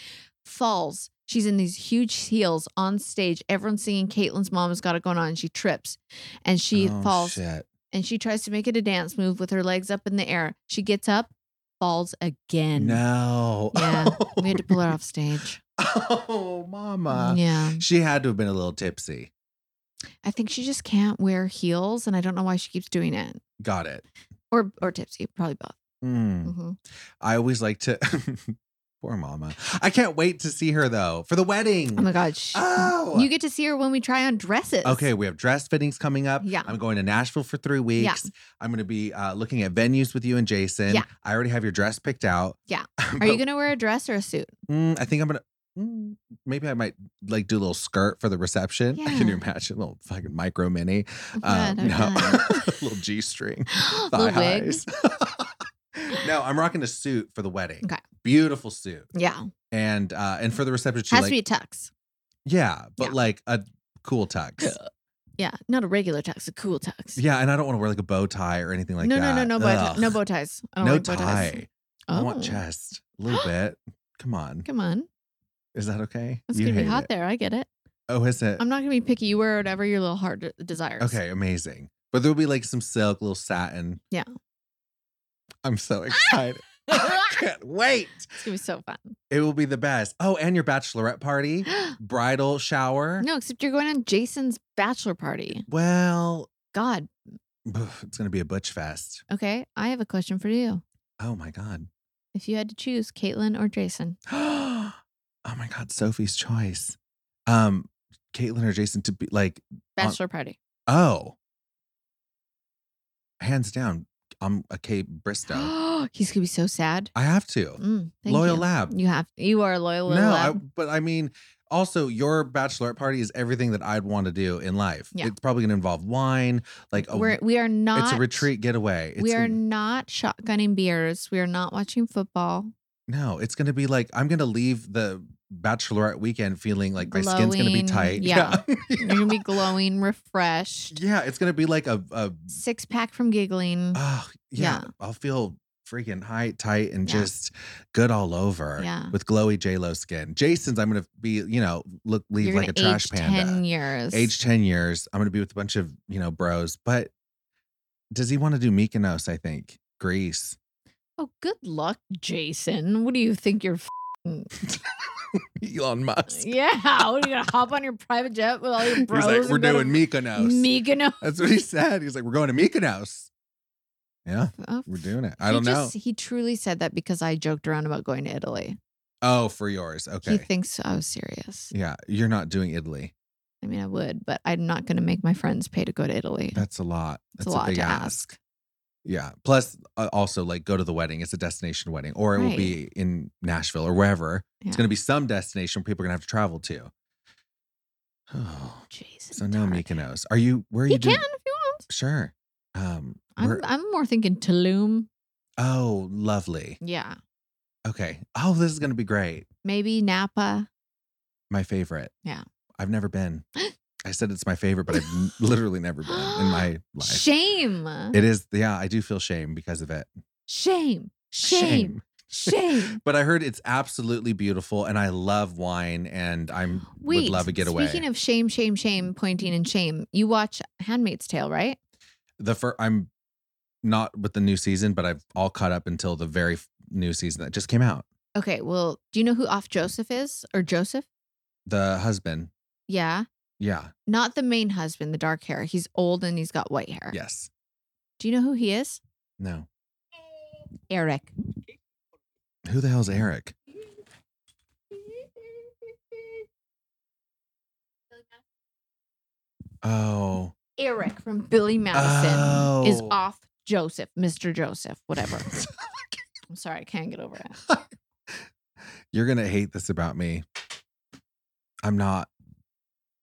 Speaker 7: Falls. She's in these huge heels on stage. Everyone's singing Caitlin's mom has got it going on and she trips and she
Speaker 3: Oh,
Speaker 7: falls
Speaker 3: Shit.
Speaker 7: and she tries to make it a dance move with her legs up in the air. She gets up, falls again.
Speaker 3: No.
Speaker 7: Yeah. we had to pull her off stage.
Speaker 3: Oh, mama.
Speaker 7: Yeah.
Speaker 3: She had to have been a little tipsy.
Speaker 7: I think she just can't wear heels and I don't know why she keeps doing it.
Speaker 3: Got it.
Speaker 7: Or or tipsy, probably both.
Speaker 3: Mm.
Speaker 7: hmm
Speaker 3: I always like to. Poor mama. I can't wait to see her though for the wedding.
Speaker 7: Oh my god. sh-
Speaker 3: Oh.
Speaker 7: You get to see her when we try on dresses.
Speaker 3: Okay, we have dress fittings coming up.
Speaker 7: Yeah.
Speaker 3: I'm going to Nashville for three weeks. I'm going to be uh, looking at venues with you and Jason.
Speaker 7: Yeah.
Speaker 3: I already have your dress picked out.
Speaker 7: Yeah.
Speaker 3: But,
Speaker 7: Are you gonna wear a dress or a suit?
Speaker 3: mm, I think I'm going to. Mm, maybe I might like do a little skirt for the reception. Can you
Speaker 7: Yeah.
Speaker 3: imagine? A little fucking micro mini.
Speaker 7: God, oh
Speaker 3: Uh, no.
Speaker 7: God.
Speaker 3: a little G string.
Speaker 7: Little
Speaker 3: Thigh
Speaker 7: wig.
Speaker 3: highs. no, I'm rocking a suit for the wedding.
Speaker 7: Okay.
Speaker 3: Beautiful suit.
Speaker 7: Yeah.
Speaker 3: And uh and for the reception, she
Speaker 7: Has
Speaker 3: like
Speaker 7: to be a tux.
Speaker 3: yeah, but
Speaker 7: Yeah.
Speaker 3: like a cool tux.
Speaker 7: Yeah. Not a regular tux, a cool tux.
Speaker 3: yeah, and I don't want to wear like a bow tie or anything like
Speaker 7: no,
Speaker 3: that.
Speaker 7: no, no, no, bow
Speaker 3: Ugh.
Speaker 7: no bow ties. I don't
Speaker 3: no
Speaker 7: like bow ties. Oh.
Speaker 3: tie. I want chest a little bit. Come on,
Speaker 7: Come on.
Speaker 3: is that okay?
Speaker 7: It's
Speaker 3: You
Speaker 7: gonna be
Speaker 3: hate
Speaker 7: hot
Speaker 3: it.
Speaker 7: there. I get it.
Speaker 3: Oh, is it?
Speaker 7: I'm not gonna be picky. You wear whatever your little heart de- desires.
Speaker 3: Okay, amazing. But there'll be like some silk, little satin.
Speaker 7: Yeah.
Speaker 3: I'm so excited. I can't wait.
Speaker 7: It's gonna be so fun.
Speaker 3: It will be the best. Oh, and your bachelorette party, bridal shower.
Speaker 7: no, except you're going on Jason's bachelor party.
Speaker 3: Well,
Speaker 7: God.
Speaker 3: it's gonna be a butch fest.
Speaker 7: Okay. I have a question for you.
Speaker 3: Oh my god.
Speaker 7: If you had to choose Caitlin or Jason,
Speaker 3: oh my god sophie's choice um caitlin or jason to be like
Speaker 7: bachelor party.
Speaker 3: oh hands down i'm a kate bristow
Speaker 7: He's gonna be so sad.
Speaker 3: i have to
Speaker 7: Mm, thank
Speaker 3: loyal
Speaker 7: you.
Speaker 3: lab
Speaker 7: You have you are a loyal
Speaker 3: no I,
Speaker 7: lab.
Speaker 3: but i mean also your bachelorette party is everything that i'd want to do in life
Speaker 7: Yeah.
Speaker 3: it's probably going to involve wine like a,
Speaker 7: We're, we are not.
Speaker 3: oh, it's a retreat getaway it's
Speaker 7: we are
Speaker 3: gonna-
Speaker 7: not shotgunning beers. We are not watching football.
Speaker 3: no it's going to be like i'm going to leave the bachelorette weekend feeling like my skin's going to be
Speaker 7: Glowing,
Speaker 3: tight
Speaker 7: yeah.
Speaker 3: yeah.
Speaker 7: You're gonna be glowing, refreshed,
Speaker 3: Yeah, it's gonna be like a a
Speaker 7: six pack from giggling.
Speaker 3: oh yeah,
Speaker 7: Mm. Yeah.
Speaker 3: I'll feel freaking high, tight, and
Speaker 7: Yeah.
Speaker 3: just good all over.
Speaker 7: Yeah.
Speaker 3: With glowy J Lo skin. Jason's I'm gonna be, you know, look leave
Speaker 7: You're
Speaker 3: like a
Speaker 7: gonna
Speaker 3: trash
Speaker 7: age
Speaker 3: panda.
Speaker 7: Ten years.
Speaker 3: Age 10 years. I'm gonna be with a bunch of, you know, bros. But does he want to do Mykonos, I think? Greece.
Speaker 7: Oh, good luck, Jason. What do you think you're? F-
Speaker 3: Elon Musk.
Speaker 7: yeah, what, are you gonna hop on your private jet with all your bros?
Speaker 3: He's like,
Speaker 7: and
Speaker 3: we're
Speaker 7: go to
Speaker 3: doing Mykonos.
Speaker 7: Mykonos.
Speaker 3: That's what he said. He's like, we're going to Mykonos. Yeah,
Speaker 7: Oh,
Speaker 3: we're doing it. I
Speaker 7: he
Speaker 3: don't know.
Speaker 7: just- He truly said that because I joked around about going to Italy.
Speaker 3: Oh, for yours. Okay.
Speaker 7: He thinks I was serious.
Speaker 3: Yeah, you're not doing Italy.
Speaker 7: I mean, I would, but I'm not going to make my friends pay to go to Italy.
Speaker 3: That's a lot.
Speaker 7: It's
Speaker 3: That's
Speaker 7: a lot
Speaker 3: big
Speaker 7: to
Speaker 3: ask. Yeah. Plus, uh, also like go to the wedding. It's a destination wedding, or it will
Speaker 7: Right.
Speaker 3: be in Nashville or wherever.
Speaker 7: Yeah.
Speaker 3: It's going to be some destination people are going to have to travel to. Oh,
Speaker 7: Jason.
Speaker 3: so no
Speaker 7: Todd.
Speaker 3: Mykonos. Are you? Where are
Speaker 7: He
Speaker 3: you?
Speaker 7: can
Speaker 3: doing-
Speaker 7: if he wants.
Speaker 3: Sure. Um.
Speaker 7: I'm,
Speaker 3: where-
Speaker 7: I'm more thinking Tulum.
Speaker 3: oh, lovely.
Speaker 7: Yeah.
Speaker 3: Okay. Oh, this is going to be great.
Speaker 7: Maybe Napa.
Speaker 3: My favorite.
Speaker 7: Yeah.
Speaker 3: I've never been. I said it's my favorite, but I've n- literally never been in my life.
Speaker 7: Shame.
Speaker 3: It is. Yeah, I do feel shame because of it.
Speaker 7: Shame. Shame. Shame.
Speaker 3: But I heard it's absolutely beautiful, and I love wine, and I'm would
Speaker 7: Wait.
Speaker 3: love a getaway.
Speaker 7: Speaking of shame, shame, shame, pointing and shame, you watch Handmaid's Tale, right?
Speaker 3: the first, I'm not with the new season, but I've all caught up until the very f- new season that just came out.
Speaker 7: Okay. Well, do you know who Off Joseph is or Joseph?
Speaker 3: The husband,
Speaker 7: Yeah.
Speaker 3: yeah,
Speaker 7: Not the main husband, the dark hair. He's old and he's got white hair.
Speaker 3: yes,
Speaker 7: Do you know who he is?
Speaker 3: no.
Speaker 7: Eric.
Speaker 3: Who the hell's Eric? Oh,
Speaker 7: Eric from Billy Madison is
Speaker 3: Oh.
Speaker 7: off Joseph, Mr. Joseph, whatever. I'm sorry, I can't get over it.
Speaker 3: you're gonna hate this about me. I'm not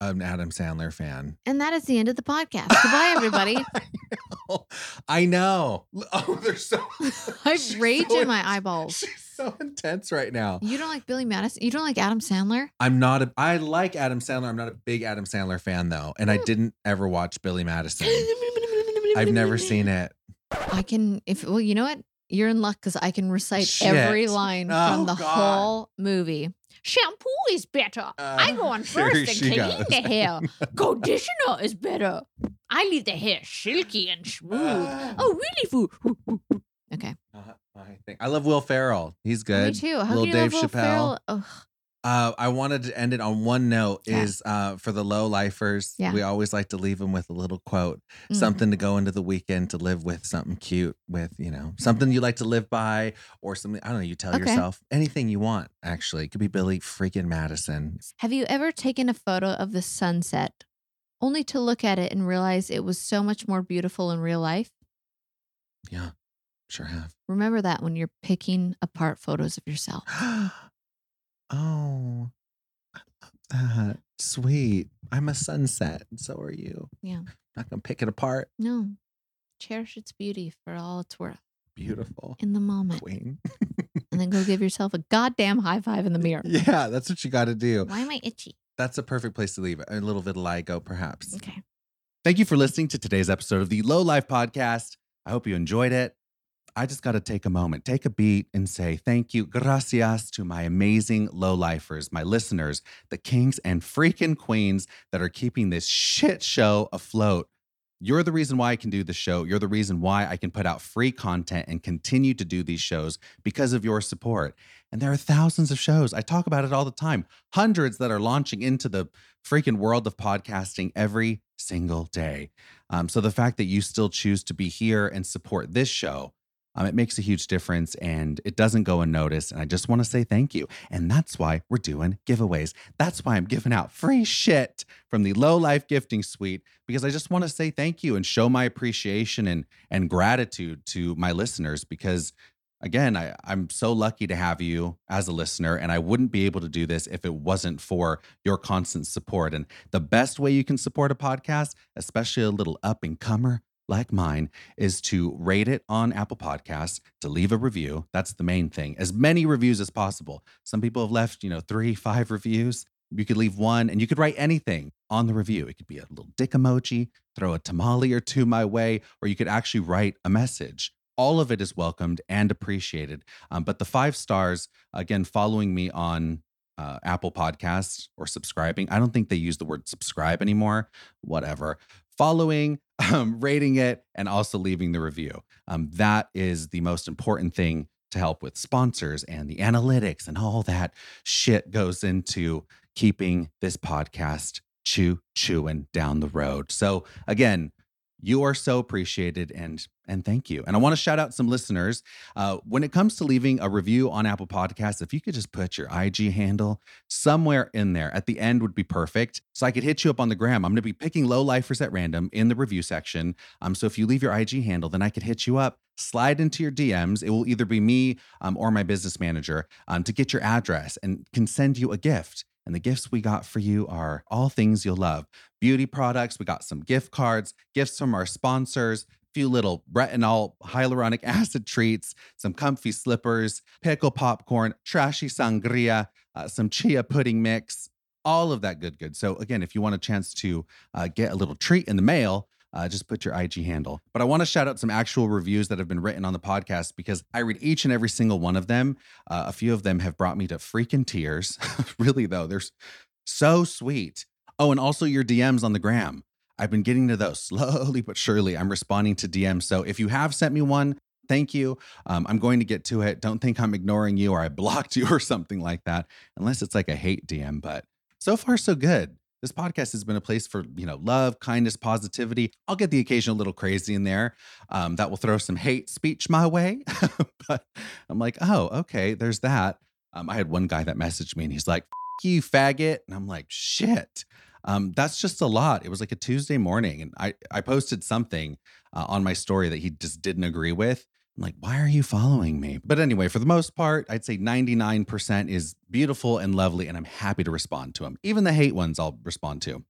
Speaker 3: an Adam Sandler fan.
Speaker 7: And that is the end of the podcast. Goodbye, everybody.
Speaker 3: I know. Oh, they're so.
Speaker 7: I
Speaker 3: she's
Speaker 7: rage
Speaker 3: so
Speaker 7: in my
Speaker 3: in-
Speaker 7: eyeballs.
Speaker 3: She's so intense right now.
Speaker 7: You don't like Billy Madison? You don't like Adam Sandler?
Speaker 3: I'm not. A, I like Adam Sandler. I'm not a big Adam Sandler
Speaker 7: Hmm.
Speaker 3: fan though, and I didn't ever watch Billy Madison. I've never seen it.
Speaker 7: I can if well, you know what? You're in luck because I can recite every
Speaker 11: Shit.
Speaker 7: line
Speaker 11: Oh,
Speaker 7: from the
Speaker 11: God.
Speaker 7: whole movie. Shampoo is better. I go on
Speaker 11: Sure
Speaker 7: first and
Speaker 11: Uh, she
Speaker 7: clean
Speaker 11: goes.
Speaker 7: the hair. Conditioner is better. I leave the hair silky and smooth.
Speaker 11: Ah,
Speaker 7: oh, really? Foo- foo- foo- foo. Okay.
Speaker 11: I think I love Will Ferrell. He's good.
Speaker 7: Me too. How
Speaker 11: Little
Speaker 7: can you
Speaker 11: Dave
Speaker 7: love Will
Speaker 11: Chappelle.
Speaker 7: Ferrell? Ugh.
Speaker 11: Uh, I wanted to end it on one note
Speaker 7: Yeah.
Speaker 11: is uh, for the low lifers,
Speaker 7: Yeah.
Speaker 11: we always like to leave them with a little quote,
Speaker 7: Mhm.
Speaker 11: something to go into the weekend to live with, something cute with, you know, something you like to live by or something. I don't know. You tell
Speaker 7: Okay.
Speaker 11: yourself anything you want, actually. It could be Billy freaking Madison.
Speaker 7: Have you ever taken a photo of the sunset only to look at it and realize it was so much more beautiful in real life?
Speaker 11: Yeah, sure have.
Speaker 7: Remember that when you're picking apart photos of yourself.
Speaker 11: oh, I love that. Sweet. I'm a sunset. And so are you.
Speaker 7: Yeah.
Speaker 11: Not going to pick it apart.
Speaker 7: No. Cherish its beauty for all it's worth
Speaker 11: Beautiful.
Speaker 7: in the moment.
Speaker 11: Queen.
Speaker 7: And then go give yourself a goddamn high five in the mirror.
Speaker 11: Yeah, that's what you got to do.
Speaker 7: Why am I itchy?
Speaker 11: That's a perfect place to leave it. A little vitiligo, perhaps.
Speaker 7: Okay.
Speaker 3: Thank you for listening to today's episode of the Low Life Podcast. I hope you enjoyed it. I just got to take a moment, take a beat, and say thank you, gracias, to my amazing low lifers, my listeners, the kings and freaking queens that are keeping this shit show afloat. You're the reason why I can do the show. You're the reason why I can put out free content and continue to do these shows because of your support. And there are thousands of shows. I talk about it all the time. Hundreds that are launching into the freaking world of podcasting every single day. Um, so the fact that you still choose to be here and support this show, um, it makes a huge difference and it doesn't go unnoticed. And I just want to say thank you. And that's why we're doing giveaways. That's why I'm giving out free shit from the Low Life Gifting Suite because I just want to say thank you and show my appreciation and and gratitude to my listeners because. Again, I, I'm so lucky to have you as a listener, and I wouldn't be able to do this if it wasn't for your constant support. And the best way you can support a podcast, especially a little up and comer like mine, is to rate it on Apple Podcasts, to leave a review. That's the main thing. As many reviews as possible. Some people have left, you know, three, five reviews. You could leave one and you could write anything on the review. It could be a little dick emoji, throw a tamale or two my way, or you could actually write a message. All of it is welcomed and appreciated. Um, but the five stars, again, following me on uh, Apple Podcasts or subscribing. I don't think they use the word subscribe anymore. Whatever. Following, um, rating it, and also leaving the review. Um, that is the most important thing to help with sponsors and the analytics and all that shit goes into keeping this podcast chew chewing down the road. So again, you are so appreciated and and thank you. And I want to shout out some listeners. Uh, when it comes to leaving a review on Apple Podcasts, if you could just put your IG handle somewhere in there at the end would be perfect. So I could hit you up on the gram. I'm going to be picking low lifers at random in the review section. Um, so if you leave your IG handle, then I could hit you up, slide into your DMs. It will either be me um, or my business manager um, to get your address and can send you a gift. And the gifts we got for you are all things you'll love beauty products. We got some gift cards, gifts from our sponsors, few little retinol hyaluronic acid treats, some comfy slippers, pickle popcorn, trashy sangria, uh, some chia pudding mix, all of that good good. So again, if you want a chance to uh, get a little treat in the mail, uh, just put your IG handle. But I want to shout out some actual reviews that have been written on the podcast because I read each and every single one of them. Uh, a few of them have brought me to freaking tears. really though, they're s- so sweet. Oh, and also your DMs on the gram. I've been getting to those slowly but surely. I'm responding to DMs. So if you have sent me one, thank you. Um, I'm going to get to it. Don't think I'm ignoring you or I blocked you or something like that, unless it's like a hate DM. But so far, so good. This podcast has been a place for you know love, kindness, positivity. I'll get the occasional little crazy in there um, that will throw some hate speech my way. but I'm like, oh, okay, there's that. Um, I had one guy that messaged me and he's like, "F- "You faggot," and I'm like, shit um, that's just a lot. It was like a Tuesday morning, and I I posted something uh, on my story that he just didn't agree with. I'm like, why are you following me? But anyway, for the most part, I'd say 99% is beautiful and lovely, and I'm happy to respond to them. Even the hate ones, I'll respond to.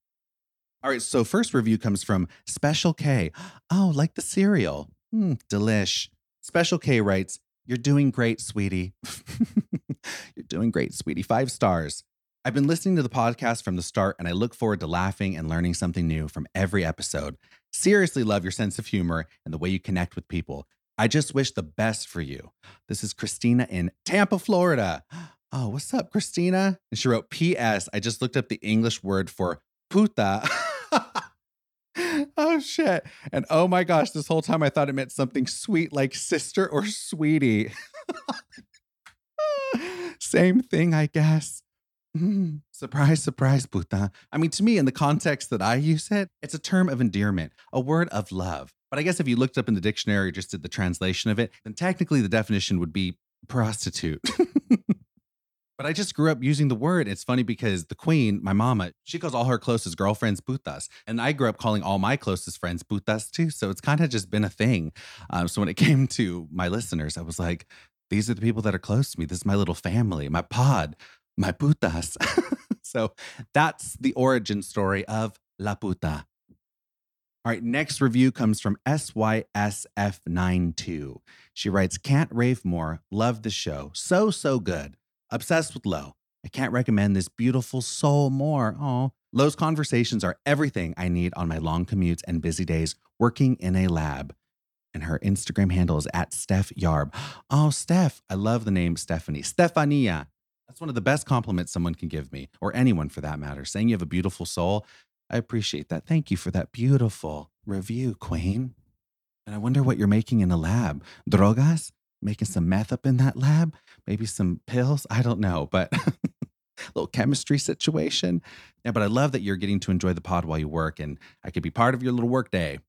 Speaker 3: All right, so first review comes from Special K. Oh, like the cereal. Mm, delish. Special K writes, You're doing great, sweetie. You're doing great, sweetie. Five stars. I've been listening to the podcast from the start, and I look forward to laughing and learning something new from every episode. Seriously, love your sense of humor and the way you connect with people. I just wish the best for you. This is Christina in Tampa, Florida. Oh, what's up, Christina? And she wrote, P.S. I just looked up the English word for puta. oh, shit. And oh my gosh, this whole time I thought it meant something sweet like sister or sweetie. Same thing, I guess. Mm, surprise, surprise, puta. I mean, to me, in the context that I use it, it's a term of endearment, a word of love. But I guess if you looked up in the dictionary or just did the translation of it, then technically the definition would be prostitute. but I just grew up using the word. It's funny because the queen, my mama, she calls all her closest girlfriends putas. And I grew up calling all my closest friends putas too. So it's kind of just been a thing. Um, so when it came to my listeners, I was like, these are the people that are close to me. This is my little family, my pod, my putas. so that's the origin story of La Puta. All right, next review comes from SYSF92. She writes, Can't rave more. Love the show. So, so good. Obsessed with Lo. I can't recommend this beautiful soul more. Oh, Lo's conversations are everything I need on my long commutes and busy days working in a lab. And her Instagram handle is at Steph Yarb. Oh, Steph. I love the name Stephanie. Stefania. That's one of the best compliments someone can give me, or anyone for that matter. Saying you have a beautiful soul, I appreciate that. Thank you for that beautiful review, Queen. And I wonder what you're making in the lab. Drogas? Making some meth up in that lab? Maybe some pills? I don't know, but little chemistry situation. Yeah, but I love that you're getting to enjoy the pod while you work, and I could be part of your little work day.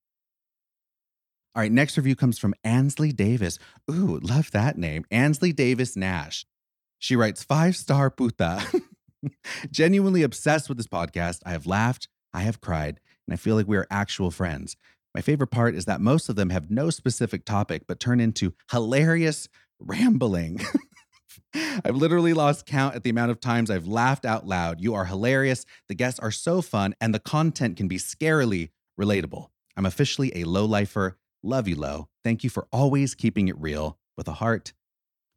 Speaker 3: All right, next review comes from Ansley Davis. Ooh, love that name. Ansley Davis Nash. She writes five star puta. Genuinely obsessed with this podcast. I have laughed, I have cried, and I feel like we are actual friends. My favorite part is that most of them have no specific topic, but turn into hilarious rambling. I've literally lost count at the amount of times I've laughed out loud. You are hilarious. The guests are so fun, and the content can be scarily relatable. I'm officially a low lifer. Love you, low. Thank you for always keeping it real with a heart.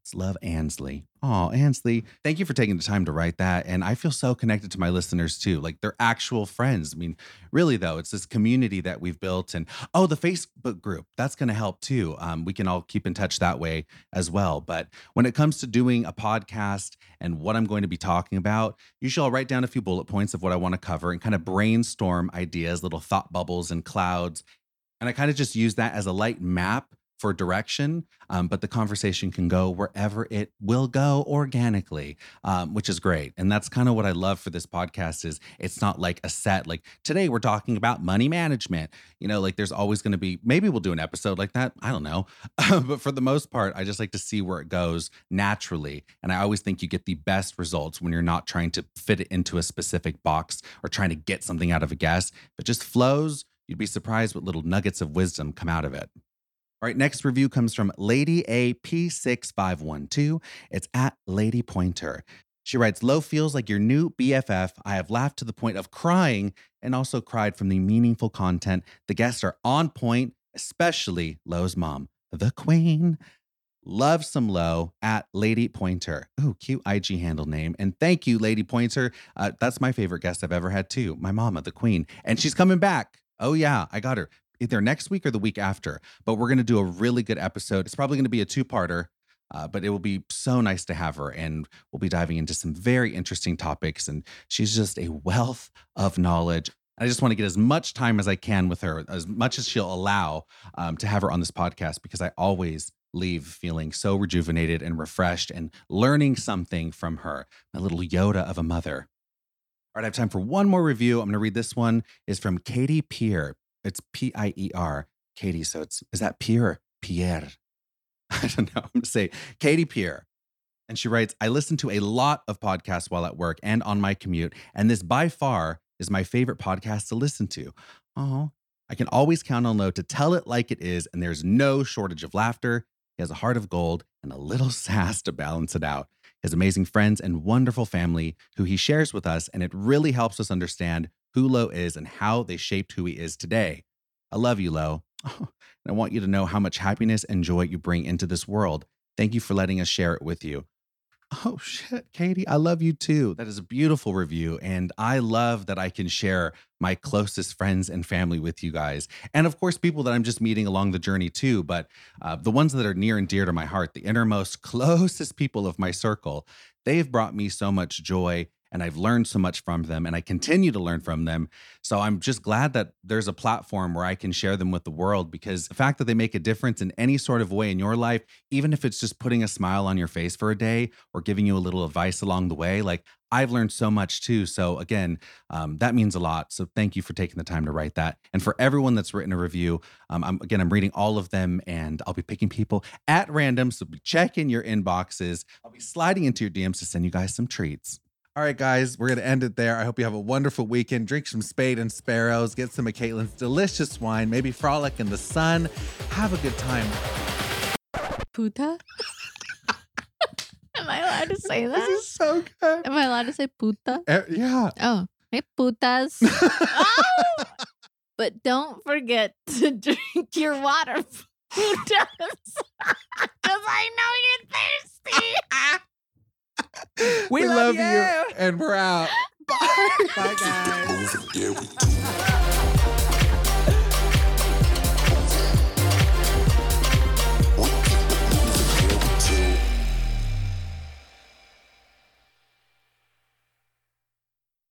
Speaker 3: It's love, Ansley. Oh, Ansley, thank you for taking the time to write that. And I feel so connected to my listeners too. Like they're actual friends. I mean, really though, it's this community that we've built. And oh, the Facebook group, that's going to help too. Um, we can all keep in touch that way as well. But when it comes to doing a podcast and what I'm going to be talking about, usually I'll write down a few bullet points of what I want to cover and kind of brainstorm ideas, little thought bubbles and clouds. And I kind of just use that as a light map for direction, um, but the conversation can go wherever it will go organically, um, which is great. And that's kind of what I love for this podcast is it's not like a set. Like today we're talking about money management. You know, like there's always going to be maybe we'll do an episode like that. I don't know, but for the most part, I just like to see where it goes naturally. And I always think you get the best results when you're not trying to fit it into a specific box or trying to get something out of a guest, but just flows. You'd be surprised what little nuggets of wisdom come out of it. All right, next review comes from Lady AP6512. It's at Lady Pointer. She writes, Low feels like your new BFF. I have laughed to the point of crying and also cried from the meaningful content. The guests are on point, especially Lowe's mom, the queen. Love some Low at Lady Pointer. Ooh, cute IG handle name. And thank you, Lady Pointer. Uh, that's my favorite guest I've ever had too, my mama, the queen. And she's coming back. Oh, yeah, I got her either next week or the week after. But we're going to do a really good episode. It's probably going to be a two parter, uh, but it will be so nice to have her. And we'll be diving into some very interesting topics. And she's just a wealth of knowledge. I just want to get as much time as I can with her, as much as she'll allow um, to have her on this podcast, because I always leave feeling so rejuvenated and refreshed and learning something from her, my little Yoda of a mother. All right, I have time for one more review. I'm going to read this one is from Katie Peer, it's P I E R, Katie. So it's is that Pierre? Pierre. I don't know. I'm gonna say Katie Pierre. And she writes, I listen to a lot of podcasts while at work and on my commute, and this by far is my favorite podcast to listen to. Oh, I can always count on Lowe to tell it like it is, and there's no shortage of laughter. He has a heart of gold and a little sass to balance it out. His amazing friends and wonderful family who he shares with us, and it really helps us understand who Lo is and how they shaped who he is today. I love you, Lo. and I want you to know how much happiness and joy you bring into this world. Thank you for letting us share it with you. Oh shit, Katie, I love you too. That is a beautiful review. And I love that I can share my closest friends and family with you guys. And of course, people that I'm just meeting along the journey too. But uh, the ones that are near and dear to my heart, the innermost, closest people of my circle, they've brought me so much joy and I've learned so much from them and I continue to learn from them. So I'm just glad that there's a platform where I can share them with the world because the fact that they make a difference in any sort of way in your life, even if it's just putting a smile on your face for a day or giving you a little advice along the way, like I've learned so much too. So again, um, that means a lot. So thank you for taking the time to write that. And for everyone that's written a review, um, I'm, again, I'm reading all of them and I'll be picking people at random. So be checking your inboxes. I'll be sliding into your DMs to send you guys some treats. All right, guys, we're going to end it there. I hope you have a wonderful weekend. Drink some Spade and Sparrows, get some of Caitlin's delicious wine, maybe frolic in the sun. Have a good time.
Speaker 7: Puta? Am I allowed to say that?
Speaker 3: This is so good.
Speaker 7: Am I allowed to say puta?
Speaker 3: Eh, yeah.
Speaker 7: Oh, hey, putas. Oh! But don't forget to drink your water, putas. Because I know you're thirsty.
Speaker 3: We, love, you. And we're out. Bye.
Speaker 10: Bye, guys.
Speaker 2: Moving, yeah, we do.